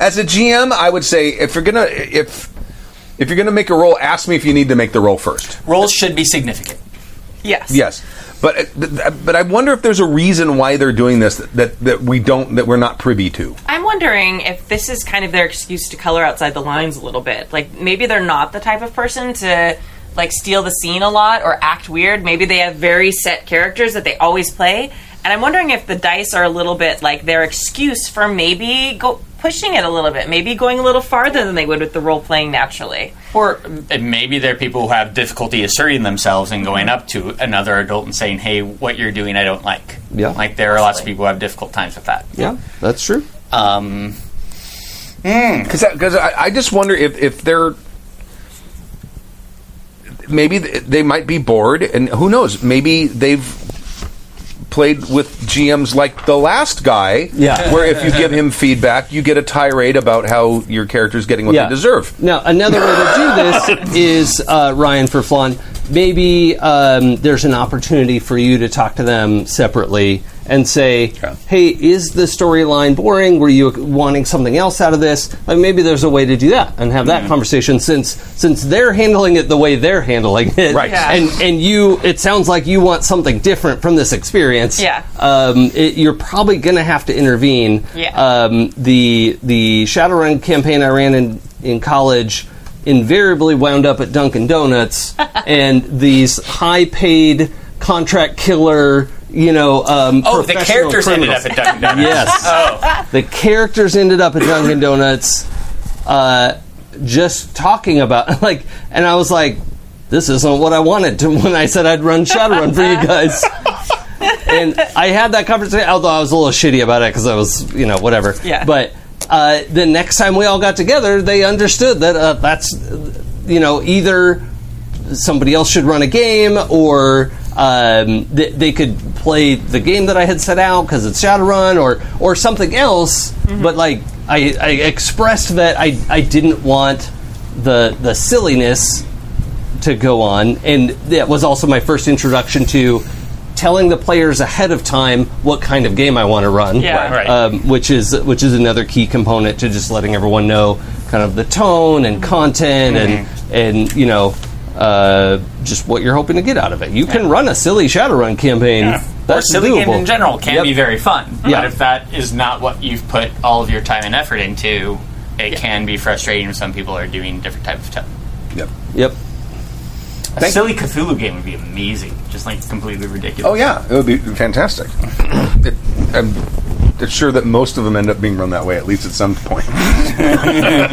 A: As a GM, I would say if you're gonna if if you're gonna make a roll, ask me if you need to make the roll first.
D: Roles should be significant.
B: yes.
A: Yes. But but I wonder if there's a reason why they're doing this that, that, that we don't that we're not privy to.
B: I'm wondering if this is kind of their excuse to color outside the lines a little bit. Like maybe they're not the type of person to like steal the scene a lot or act weird. Maybe they have very set characters that they always play And I'm wondering if the dice are a little bit like their excuse for maybe go pushing it a little bit, maybe going a little farther than they would with the role playing naturally.
D: Or and maybe there are people who have difficulty asserting themselves and going up to another adult and saying, "Hey, what you're doing, I don't like."
C: Yeah.
D: like there are lots of people who have difficult times with that.
C: Yeah, that's true.
D: Um,
A: Because because I, I just wonder if if they're maybe th- they might be bored, and who knows? Maybe they've played with GMs like the last guy,
C: Yeah.
A: Where if you give him feedback, you get a tirade about how your character's getting what
C: yeah.
A: they deserve.
C: Now, another way to do this is uh, Ryan for Flan. Maybe um, there's an opportunity for you to talk to them separately and say, "Hey, is the storyline boring? Were you wanting something else out of this?" Like maybe there's a way to do that and have that conversation since since they're handling it the way they're handling it,
A: Right. Yeah.
C: And and you, it sounds like you want something different from this experience.
B: Yeah.
C: um, it, you're probably going to have to intervene
B: Yeah.
C: um, the the Shadowrun campaign I ran in in college invariably wound up at Dunkin' Donuts, and these high paid contract killer, you know, um,
D: oh, the
C: professional
D: characters ended
C: criminals.
D: up at Dunkin' Donuts.
C: Yes.
D: Oh,
C: the characters ended up at Dunkin' Donuts, uh, just talking about like, and I was like, this isn't what I wanted to when I said I'd run Shadowrun for you guys. and I had that conversation, although I was a little shitty about it because I was, you know, whatever.
B: Yeah.
C: But uh, the next time we all got together, they understood that uh, that's, you know, either somebody else should run a game or um, th- they could play the game that I had set out because it's Shadowrun or or something else. But like I, I expressed that I, I didn't want the the silliness to go on, and that was also my first introduction to telling the players ahead of time what kind of game I want to run.
B: Yeah. Right,
D: right.
C: Um, which is which is another key component to just letting everyone know kind of the tone and content
D: Mm-hmm.
C: and and you know uh, just what you're hoping to get out of it. You can run a silly Shadowrun campaign.
D: or
C: That's
D: silly
C: doable.
D: game in general can
C: Yep.
D: be very fun.
C: Yeah.
D: But if that is not what you've put all of your time and effort into, it can be frustrating. Some people are doing different types of stuff.
A: Yep.
C: Yep.
D: A silly Cthulhu game would be amazing, just like completely ridiculous.
A: Oh yeah, it would be fantastic. it, I'm sure that most of them end up being run that way, at least at some point. um,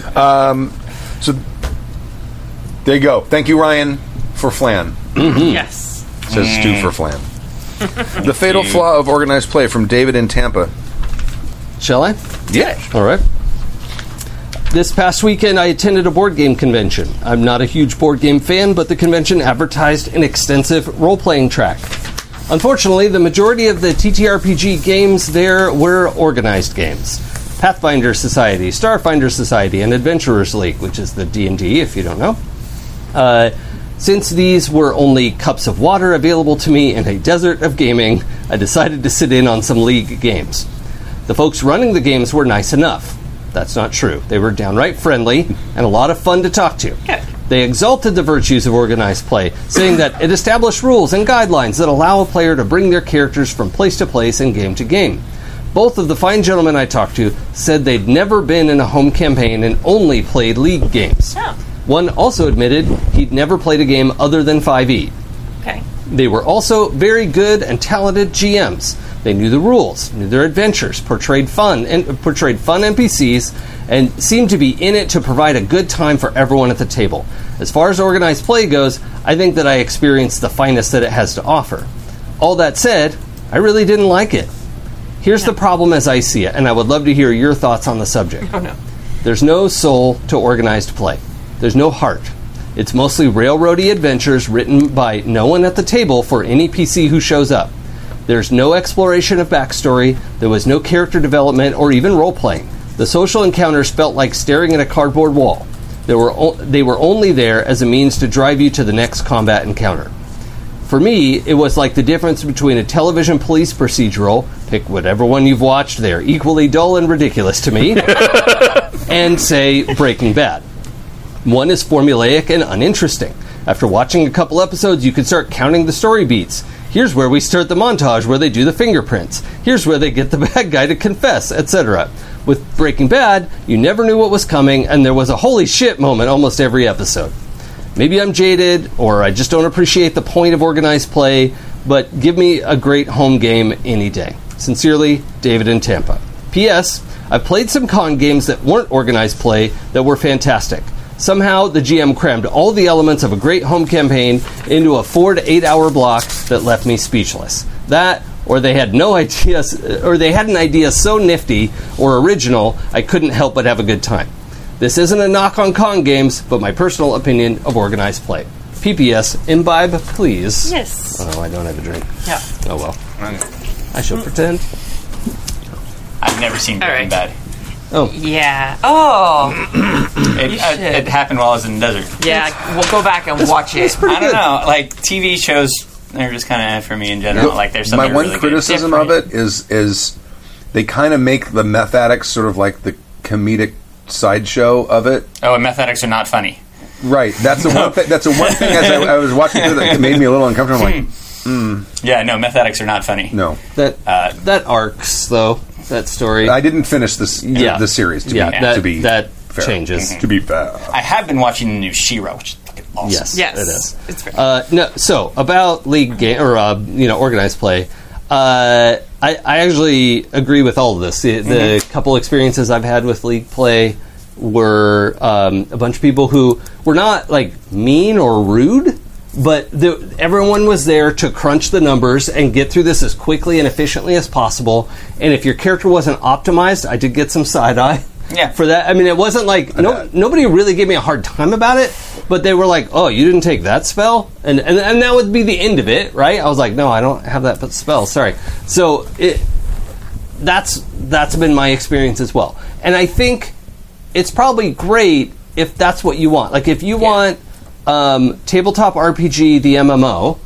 A: so there you go. Thank you, Ryan, for Flan.
B: Yes.
A: Says Stu for Flan. the fatal flaw of organized play from David in Tampa.
C: Shall I?
A: Yeah.
C: All right. This past weekend, I attended a board game convention. I'm not a huge board game fan, but the convention advertised an extensive role playing track. Unfortunately, the majority of the TTRPG games there were organized games. Pathfinder Society, Starfinder Society, and Adventurers League, which is the D&D if you don't know. Uh, since these were only cups of water available to me in a desert of gaming, I decided to sit in on some league games. The folks running the games were nice enough. That's not true. They were downright friendly and a lot of fun to talk to. They exalted the virtues of organized play, saying that it established rules and guidelines that allow a player to bring their characters from place to place and game to game. Both of the fine gentlemen I talked to said they'd never been in a home campaign and only played league games. One also admitted he'd never played a game other than 5e.
B: Okay.
C: They were also very good and talented GMs. They knew the rules, knew their adventures, portrayed fun and uh, portrayed fun NPCs, and seemed to be in it to provide a good time for everyone at the table. As far as organized play goes, I think that I experienced the finest that it has to offer. All that said, I really didn't like it. Here's the problem as I see it, and I would love to hear your thoughts on the subject. There's no soul to organized play. There's no heart. It's mostly railroady adventures written by no one at the table for any PC who shows up. There's no exploration of backstory, there was no character development or even role playing. The social encounters felt like staring at a cardboard wall. They were, o- they were only there as a means to drive you to the next combat encounter. For me, it was like the difference between a television police procedural, pick whatever one you've watched, they're equally dull and ridiculous to me, and say Breaking Bad. One is formulaic and uninteresting. After watching a couple episodes, you can start counting the story beats. Here's where we start the montage where they do the fingerprints. Here's where they get the bad guy to confess, etc. With Breaking Bad, you never knew what was coming, and there was a holy shit moment almost every episode. Maybe I'm jaded, or I just don't appreciate the point of organized play, but give me a great home game any day. Sincerely, David in Tampa. P.S. I played some con games that weren't organized play that were fantastic. Somehow, the GM crammed all the elements of a great home campaign into a four to eight hour block that left me speechless. That, or they had no idea, or they had an idea so nifty or original, I couldn't help but have a good time. This isn't a knock on con games, but my personal opinion of organized play. PPS, imbibe, please.
B: Yes.
C: Oh, I don't have a drink.
B: Yeah.
C: Oh well. I shall pretend.
D: I've never seen Breaking
B: All
D: Bad.
B: Yeah. Oh.
D: It, uh, it,
B: should.
D: it happened while I was in the desert.
B: Yeah. We'll go back and watch it.
D: I don't know. Like TV shows, they're just kind of for me in general. Like there's something
A: my one
D: really good.
A: criticism of it is is they kind of make the meth addicts sort of like the comedic sideshow of it.
D: Oh, and meth addicts are not funny.
A: Right. That's the one. Th- that's the one thing as I, I was watching through that made me a little uncomfortable. I'm like,
D: Yeah, no, meth addicts are not funny.
A: no,
C: That
D: Uh,
C: that arcs though. That story.
A: I didn't finish this.
C: yeah.
A: The series. To
C: yeah.
A: Be,
C: that,
A: to be
C: that
A: fair.
D: Mm-hmm.
C: changes.
A: To be uh, fair.
D: I have been watching the new Shiro, which is fucking awesome.
C: Yes.
B: Yes.
C: It is.
B: It's very-
C: Uh, no. So about league game or uh, you know organized play. Uh, I, I actually agree with all of this. The, the couple experiences I've had with league play were um, a bunch of people who were not like mean or rude, but the, everyone was there to crunch the numbers and get through this as quickly and efficiently as possible. And if your character wasn't optimized, I did get some side eye.
D: Yeah.
C: For that, I mean, it wasn't like no, nobody really gave me a hard time about it, but they were like, "Oh, you didn't take that spell," and, and and that would be the end of it, right? I was like, "No, I don't have that spell. Sorry." So it that's that's been my experience as well, and I think it's probably great if that's what you want. Like if you want um, tabletop RPG, the MMO,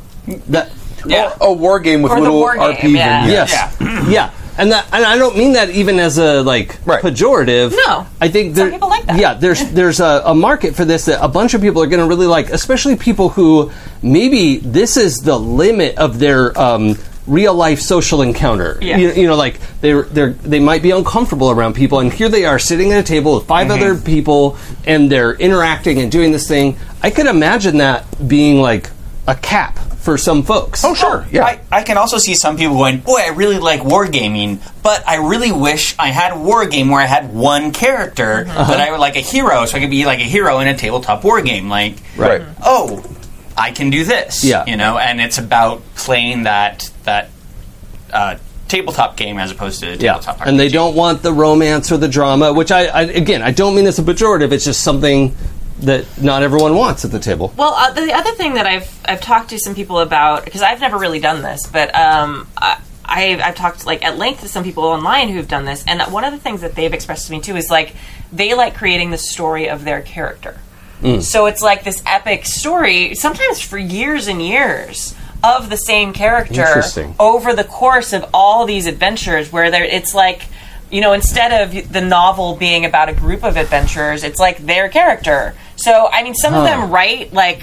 C: that
D: Yeah.
A: A war game with
B: Or the
A: little
B: war game,
A: RP.
B: yeah.
A: vignettes.
C: yes, yeah. And, that, and I don't mean that even as a like
A: Right.
C: pejorative.
B: No.
C: I think
B: Some
C: there-
B: people like that.
C: Yeah, there's there's a, a market for this that a bunch of people are going to really like, especially people who maybe this is the limit of their um, real life social encounter.
B: Yeah.
C: You, you know, like they they they might be uncomfortable around people, and here they are sitting at a table with 5
B: Mm-hmm.
C: other people, and they're interacting and doing this thing. I could imagine that being like a cap for some folks.
A: Oh sure. Yeah.
D: I, I can also see some people going, boy, I really like wargaming, but I really wish I had a wargame where I had one character that I would like a hero, so I could be like a hero in a tabletop wargame. Like,
A: Right.
D: oh, I can do this.
C: Yeah.
D: You know, and it's about playing that that uh, tabletop game as opposed to tabletop
C: and they
D: RPG.
C: don't want the romance or the drama, which I, I again I don't mean as a pejorative. It's just something that not everyone wants at the table.
B: Well, uh, the other thing that I've I've talked to some people about because I've never really done this, but um, I I've, I've talked like at length to some people online who've done this, and one of the things that they've expressed to me too is like they like creating the story of their character. So it's like this epic story, sometimes for years and years. Of the same character
C: Interesting.
B: over the course of all these adventures, where there, it's like, you know, instead of the novel being about a group of adventurers, it's like their character. So, I mean, some of them write like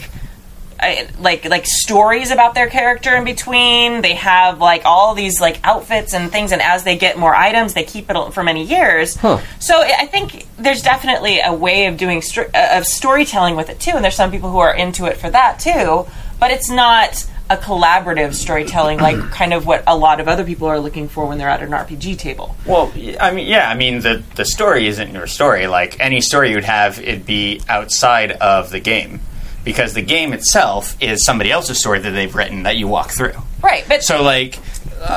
B: I- uh, like like stories about their character in between. They have like all these like outfits and things, and as they get more items, they keep it al- for many years. So I I think there's definitely a way of doing sto- uh, of storytelling with it too, and there's some people who are into it for that too. But it's not a collaborative storytelling like kind of what a lot of other people are looking for when they're at an RPG table.
D: Well, y- I mean, yeah, I mean, the, the story isn't your story. Like, any story you'd have, it'd be outside of the game. Because the game itself is somebody else's story that they've written that you walk through.
B: Right, but
D: So, like,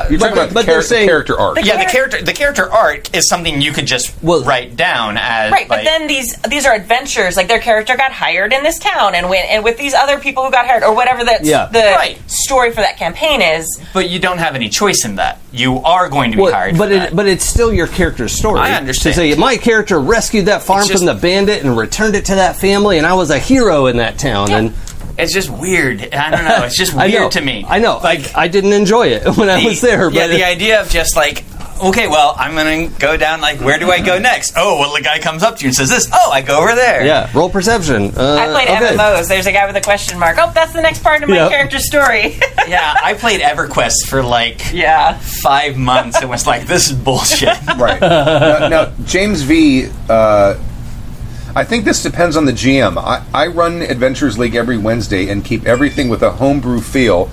A: You're talking about the
C: but they're
A: char-
C: saying-
A: character arc.
D: yeah, the character the character arc is something you could just
C: Well-
D: write down as
B: Right, but
D: like-
B: then these these are adventures. Like their character got hired in this town, and went and with these other people who got hired, or whatever that
C: Yeah.
B: the
D: Right.
B: story for that campaign is.
D: but you don't have any choice in that. You are going to be
C: Well,
D: hired.
C: but
D: for that.
C: it, but it's still your character's story.
D: I understand.
C: To say my character rescued that farm
D: It's just-
C: from the bandit and returned it to that family, and I was a hero in that town. And
D: it's just weird. I don't know. It's just
C: I
D: weird
C: know,
D: to me.
C: I know.
D: Like
C: I, I didn't enjoy it when I
D: the-
C: was there. But
D: yeah, the idea of just like, okay, well, I'm going to go down. Like, where do I go next? Oh, well, the guy comes up to you and says this. Oh, I go over there.
C: yeah, roll perception. Uh,
B: I played
C: okay.
B: MMOs. There's a guy with a question mark. Oh, that's the next part of my
C: Yeah.
B: character's story.
D: yeah. I played EverQuest for like
B: yeah.
D: five months and was like, this is bullshit.
A: Right. now, now, James V. Uh, I think this depends on the GM. I, I run Adventures League every Wednesday and keep everything with a homebrew feel.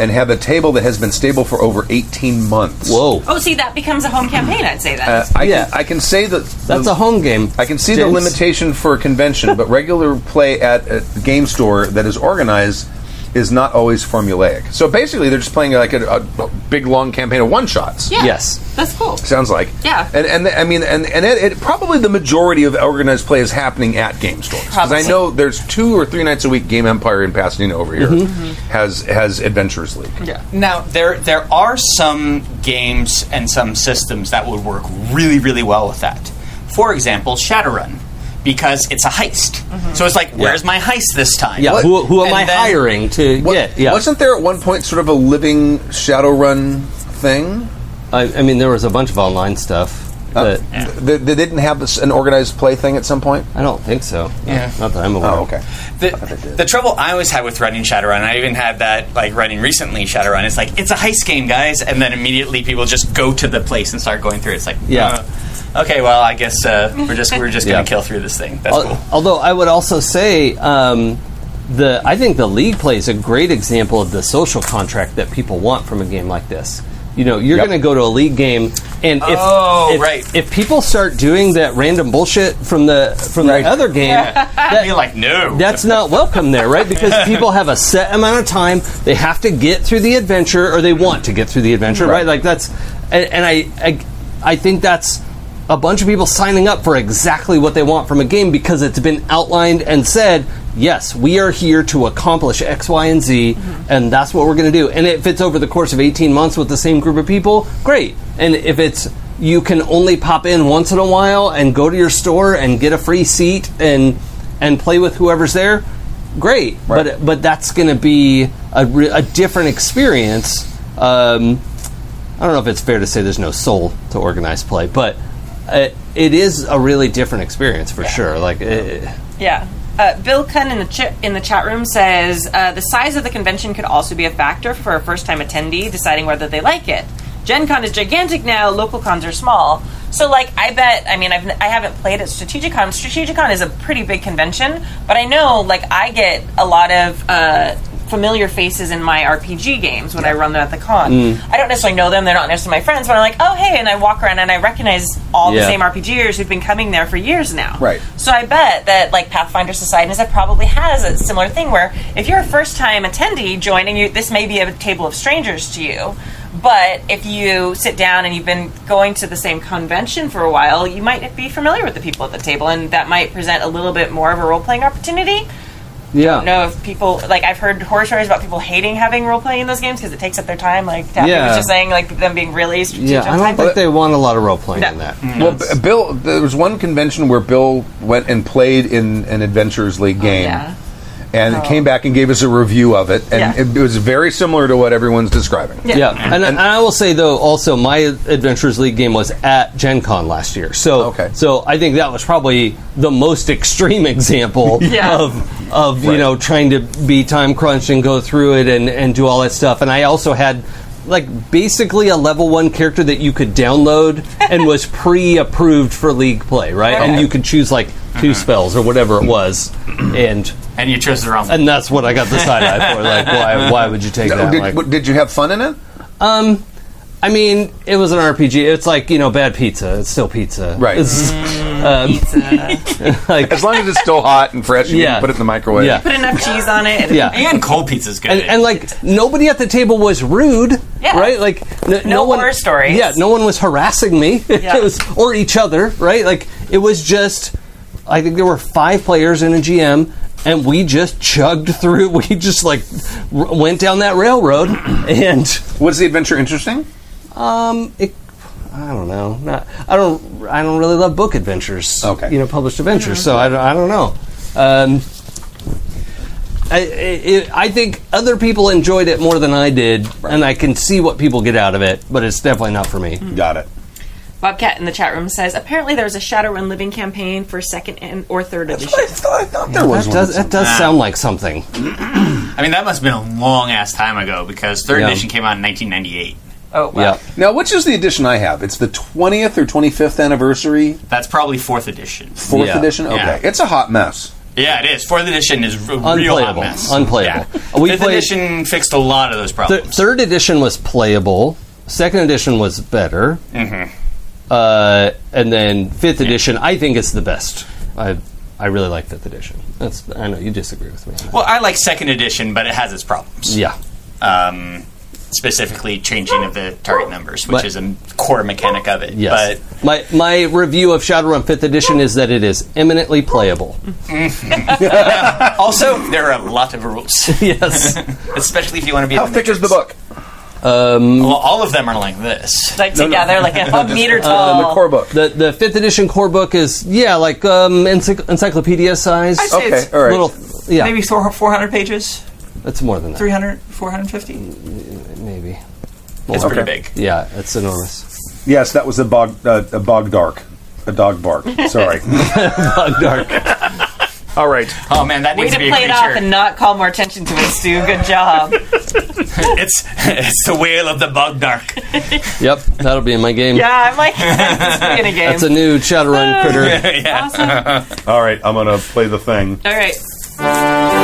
A: and have a table that has been stable for over 18 months.
C: Whoa.
B: Oh, see, that becomes a home campaign. I'd say that.
A: Uh, I,
C: Yeah.
A: can, I can say that
C: That's a home game.
A: I can see the
C: James.
A: limitation for a convention, but regular play at a game store that is organized is not always formulaic. So basically, they're just playing like a, a big long campaign of one shots.
B: yeah.
C: yes.
B: That's cool.
A: Sounds like
B: Yeah.
A: and and I mean and and it, it probably the majority of organized play is happening at game stores because I
B: Probably.
A: know there's two or three nights a week Game Empire in Pasadena over here Mm-hmm. has has Adventures League.
B: Mm-hmm. Yeah.
D: Now there there are some games and some systems that would work really really well with that. For example, Shadowrun, because it's a heist. So it's like, where's my heist this time?
C: Mm-hmm. Yeah.
D: What-
C: Who, who am
D: and
C: I
D: then-
C: hiring to
A: What-
C: get? Yeah.
A: Wasn't there at one point sort of a living Shadowrun thing?
C: I, I mean, there was a bunch of online stuff.
A: Oh.
C: But
A: They, they didn't have this, an organized play thing at some point.
C: I don't think so. Not-
D: Yeah.
C: Not, that I'm aware.
A: Oh, okay.
D: The, the trouble I always had with running Shadowrun, I even had that like running recently Shadowrun. It's like it's a heist game, guys, and then immediately people just go to the place and start going through. it. It's like,
C: Yeah.
D: uh, okay, well, I guess uh, we're just we're just
C: Yeah.
D: gonna kill through this thing. That's
C: Al-
D: cool.
C: Although I would also say um, the I think the league play is a great example of the social contract that people want from a game like this. You know, you're
A: Yep.
C: going to go to a league game, and if,
D: Oh,
C: if
D: right.
C: if people start doing that random bullshit from the from the other game,
D: I'd be like, no,
C: that's not welcome there, right? Because people have a set amount of time they have to get through the adventure, or they want to get through the adventure, right? Like that's, and, and I, I, I think that's a bunch of people signing up for exactly what they want from a game because it's been outlined and said. Yes, we are here to accomplish X, Y, and Z, and that's what we're going to do. And if it's over the course of 18 months with the same group of people, great. And if it's you can only pop in once in a while and go to your store and get a free seat and and play with whoever's there, great. But but that's going to be a, re- a different experience. Um, I don't know if it's fair to say there's no soul to organized play, but it, it is a really different experience for sure. Like, it,
B: Yeah. Uh, Bill Cunn in the ch- in the chat room says uh, the size of the convention could also be a factor for a first time attendee deciding whether they like it. Gen Con is gigantic now; local cons are small. So, like, I bet. I mean, I've n- I haven't played at Strategicon. Strategicon is a pretty big convention, but I know, like, I get a lot of uh, familiar faces in my RPG games when I run them at the con. I don't necessarily know them; they're not necessarily my friends, but I'm like, oh hey, and I walk around and I recognize all
C: Yeah.
B: the same RPGers who've been coming there for years now.
A: Right.
B: So I bet that like Pathfinder Society is that probably has a similar thing where if you're a first time attendee joining you, this may be a table of strangers to you. But if you sit down and you've been going to the same convention for a while, you might be familiar with the people at the table, and that might present a little bit more of a role playing opportunity.
C: yeah,
B: Know if people like I've heard horror stories about people hating having role playing in those games because it takes up their time. Like Taffy
C: Yeah.
B: was just saying, like them being really strategic.
C: yeah.
B: on
C: I don't
B: time.
C: think they want a lot of role playing
B: No.
C: in that.
A: Well, B- Bill, there was one convention where Bill went and played in an Adventures League game.
B: Oh, yeah. Oh.
A: And came back and gave us a review of it, and
B: Yeah.
A: it, was very similar to what everyone's describing.
B: Yeah.
C: Yeah, and, and I will say though, also my Adventures League game was at Gen Con last year, so
A: Okay.
C: so I think that was probably the most extreme example
B: Yeah.
C: of of you
A: Right.
C: know trying to be time crunched and go through it and and do all that stuff. And I also had like basically a level one character that you could download and was pre-approved for league play, right? And
B: Okay.
C: you could choose like 2 spells or whatever it was, and
D: and you chose the wrong. one.
C: and that's what I got the side eye for. Like, why why would you take
A: Now,
C: that?
A: did,
C: Like-
A: w- did you have fun in it?
C: um, I mean, it was an RPG. It's like you know, bad pizza. It's still pizza,
A: Right.
C: It's, um, like,
A: As long as it's still hot and fresh, and you
C: Yeah.
A: can put it in the microwave.
C: yeah,
B: Put enough cheese on it. and-
C: yeah,
D: and cold pizza's good.
C: and, and like nobody at the table was rude,
B: Yeah.
C: right? Like n- no, one,
B: horror stories.
C: Yeah, no one was harassing me.
B: Yeah.
C: it was or each other, right? Like it was just. I think there were five players and a GM, and we just chugged through. We just like r- went down that railroad, and
A: Was the adventure interesting?
C: Um, it, I don't know. Not, I don't. I don't really love book adventures.
A: Okay.
C: you know, published adventures. So I, don't- I don't know. Um, I, it, I think other people enjoyed it more than I did, and I can see what people get out of it, but it's definitely not for me.
A: Got it.
B: Bobcat in the chat room says apparently there's a Shadowrun living campaign for second and or third edition.
A: I thought there was
C: That does, that does sound like something.
D: I mean, that must have been a long ass time ago because third
C: Yeah.
D: edition came out in 1998.
B: Oh wow.
C: Yeah,
A: Now, which is the edition I have? It's the 20th or 25th anniversary,
D: That's probably fourth edition.
A: fourth
C: Yeah.
A: edition? Okay.
D: Yeah.
A: It's a hot mess.
D: Yeah, it is. Fourth edition is a real hot
C: Unplayable.
D: mess.
C: Unplayable.
D: Yeah.
C: We
D: Fifth
C: played-
D: edition fixed a lot of those
C: Th-
D: problems.
C: third edition was playable. Second edition was better. Mm-hmm. Uh, and then fifth edition, I think it's the best. I I really like fifth edition. That's I know you disagree with me. on that.
D: well, I like second edition, but it has its problems.
C: yeah,
D: Um, specifically, changing of the target numbers, which
C: But-
D: is a core mechanic of it.
C: yes.
D: But
C: my my review of Shadowrun fifth edition is that it is eminently playable.
D: also, there are a lot of rules,
C: yes.
D: especially if you want to be.
A: How
D: the
A: thick is the book?
D: Well, all of them are like this.
B: like together, like a, a meter tall.
A: The core book.
C: The the fifth edition core book is yeah like um encycl- encyclopedia size.
D: I'd say
A: Okay,
D: it's
A: all right.
C: Little yeah,
D: Maybe four hundred pages,
C: that's more than that.
D: 300, 450?
C: Maybe
D: It's pretty big.
C: yeah, it's enormous.
E: Yes, that was a bog, uh, a bog dark, a dog bark. Sorry.
C: Dark.
A: All right.
D: Oh man, that
B: Way
D: needs
B: to
D: to be
B: play
D: a
B: it off
D: creature.
B: and not call more attention to it, Stu. Good job.
D: it's it's the whale of the bug dark.
C: Yep, that'll be in my game.
B: Yeah, I'm like, this is gonna be a game.
C: That's a new Shadowrun critter.
D: yeah.
B: awesome. All
E: All right, I'm gonna play the thing.
B: right.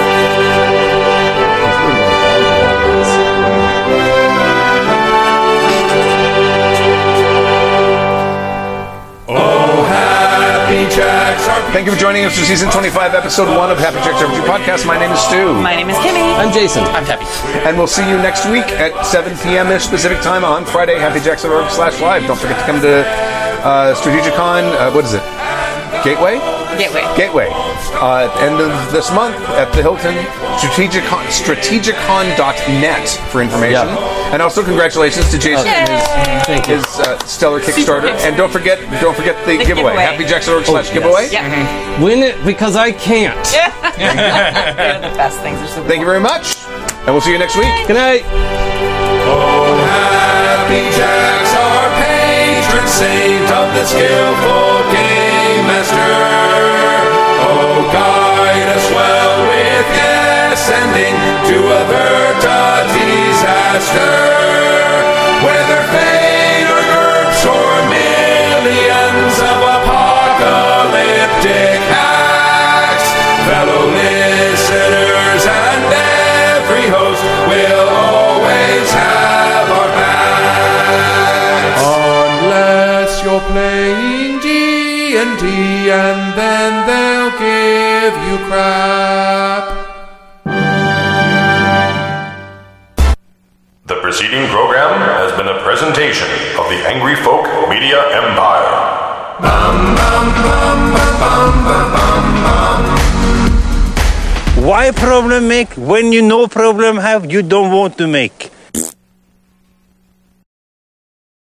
A: Thank you for joining us for season 25, episode 1 of Happy Checks Review Podcast. My name is Stu.
B: My name is Kimmy.
C: I'm Jason.
D: I'm happy.
A: and we'll see you next week at 7 p.m. ish Pacific time on Friday. HappyJacks.org slash live. Don't forget to come to uh, Strategicon. Uh, what is it? Gateway?
B: Gateway.
A: Gateway. Uh, at end of this month at the Hilton. Strategicon, strategicon.net for information.
C: Yeah.
A: And also congratulations to Jason and his
C: Thank you.
A: his uh, stellar Kickstarter.
B: Kickstarter.
A: And don't forget, don't forget the,
B: The
A: giveaway.
B: giveaway. Oh,
A: HappyJacks.org slash giveaway.
B: Yep.
C: Win it because I can't.
B: They're the best things. They're so
A: Thank you very much, and we'll see you next week.
C: Good night.
F: Happy Jacks, our patron saint of the skillful game master. Oh, guide us well with yes ending to avert a disaster. Whether fate or GURPS or millions of apocalyptic acts, fellow listeners and every host will always have our backs. Unless you're playing D&D and then they'll give you crap.
G: The preceding program has been a presentation of the Angry Folk Media Empire.
H: Why problem make when you no problem have you don't want to make?